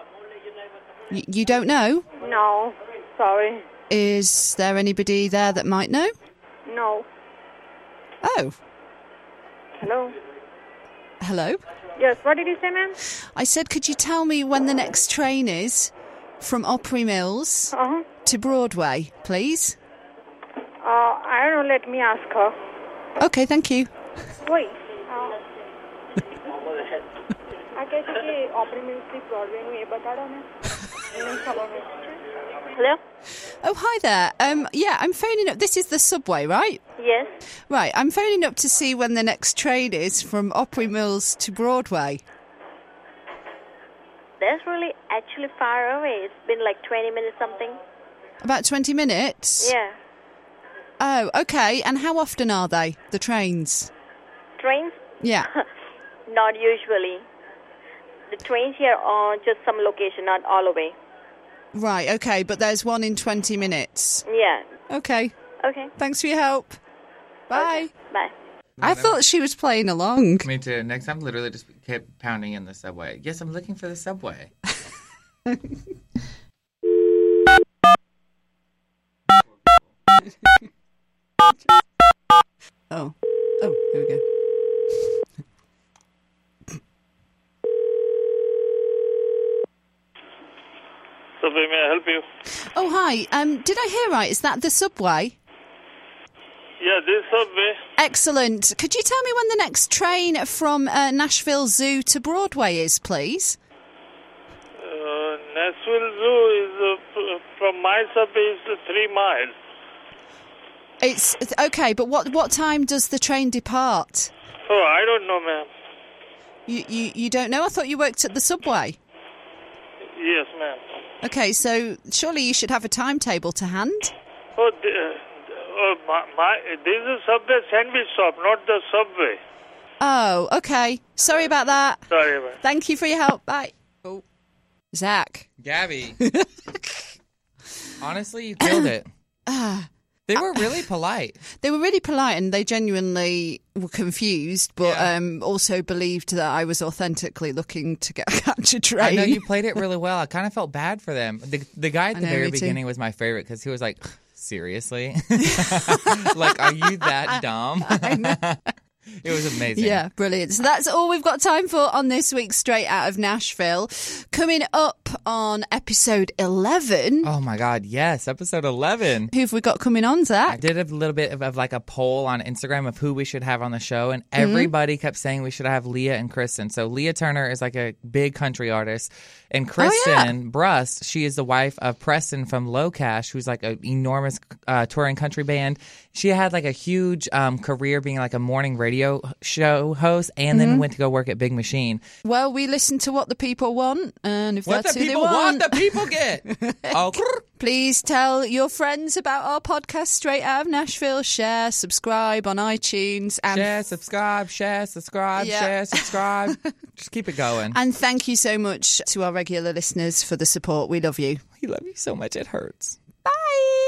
Speaker 1: Y- you don't know?
Speaker 9: No, sorry.
Speaker 1: Is there anybody there that might know?
Speaker 9: No.
Speaker 1: Oh,
Speaker 9: Hello.
Speaker 1: hello.
Speaker 9: Yes. What did you say, ma'am?
Speaker 1: I said, could you tell me when the next train is from Opry Mills
Speaker 9: Uh huh.
Speaker 1: to Broadway, please?
Speaker 9: Uh, I don't know. Let me ask her.
Speaker 1: Okay, thank you.
Speaker 9: Wait. Uh, આ કહે છે કે ઓપરી મિલ્સથી બ્રોડવેનું એ બતાડો ને hello
Speaker 1: Oh, hi there. Um, yeah, I'm phoning up. This is the subway, right?
Speaker 9: Yes
Speaker 1: Right, I'm phoning up to see when the next train is from Opry Mills to Broadway.
Speaker 9: That's really actually far away. It's been like 20 minutes something.
Speaker 1: About 20 minutes?
Speaker 9: Yeah.
Speaker 1: Oh, okay. And how often are they, the trains?
Speaker 9: Trains
Speaker 1: Yeah.
Speaker 9: Not usually. The trains here are just some location, not all the way.
Speaker 1: right, okay. But there's one in 20 minutes.
Speaker 9: Yeah.
Speaker 1: Okay.
Speaker 9: Okay.
Speaker 1: Thanks for your help. Bye.
Speaker 9: Bye.
Speaker 1: I thought she was playing along.
Speaker 7: Me too. Next time, literally just kept pounding in the subway. Yes, I'm looking for the subway.
Speaker 1: Oh. Oh, here we go.
Speaker 8: Subway, may I help you?
Speaker 1: Oh, hi. Um, did I hear right? Is that the subway?
Speaker 8: Yeah, this Subway.
Speaker 1: Excellent. Could you tell me when the next train from uh, Nashville Zoo to Broadway is, please?
Speaker 8: Uh, Nashville Zoo is uh, f- from my subway is uh, three miles.
Speaker 1: It's it's- okay, but what what time does the train depart?
Speaker 8: Oh, I don't know, ma'am.
Speaker 1: You you, you don't know? I thought you worked at the subway.
Speaker 8: Yes, ma'am.
Speaker 1: Okay, so surely you should have a timetable to hand.
Speaker 8: Oh, the, uh, oh my, my, this is Subway sandwich shop, not the subway.
Speaker 1: Oh, okay. Sorry about that.
Speaker 8: Sorry, ma'am.
Speaker 1: Thank you for your help. Bye. Oh, Zach.
Speaker 2: Gabby. Honestly, you killed it. They were really polite.
Speaker 1: They were really polite and they genuinely were confused, but
Speaker 2: Yeah.
Speaker 1: um, also believed that I was authentically looking to get a capture train.
Speaker 2: I know you played it really well. I kind of felt bad for them. The, the guy at
Speaker 1: I
Speaker 2: the
Speaker 1: know,
Speaker 2: very
Speaker 1: me too.
Speaker 2: beginning was my favorite because he was like, seriously? like, are you that dumb? it was amazing.
Speaker 1: Yeah, brilliant. So that's all we've got time for on this week, straight out of Nashville. Coming up on episode 11,
Speaker 2: Oh my God. Yes. Episode 11.
Speaker 1: who've we got coming on,
Speaker 2: I
Speaker 1: Zach?
Speaker 2: did a little bit of, of like a poll on Instagram of who we should have on the show, and
Speaker 1: Mm-hmm.
Speaker 2: everybody kept saying we should have Leah and Kristen. So Leah Turner is like a big country artist, and
Speaker 1: Oh,
Speaker 2: Kristen Brust, she is the wife of Preston from Low Cash, who's like an enormous uh, touring country band. She had like a huge um, career being like a morning radio show host, and
Speaker 1: Mm-hmm.
Speaker 2: then went to go work at Big Machine.
Speaker 1: Well, we listen to what the people want, and if
Speaker 2: What
Speaker 1: that's
Speaker 2: the
Speaker 1: who
Speaker 2: people
Speaker 1: they
Speaker 2: want, the people get. oh,
Speaker 1: Please tell your friends about our podcast, Straight Out of Nashville. Share, subscribe on iTunes, and
Speaker 2: share, subscribe, share, subscribe,
Speaker 1: Yeah.
Speaker 2: share, subscribe. Just keep it going.
Speaker 1: and thank you so much to our regular listeners for the support. We love you.
Speaker 2: We love you so much. It hurts.
Speaker 1: Bye.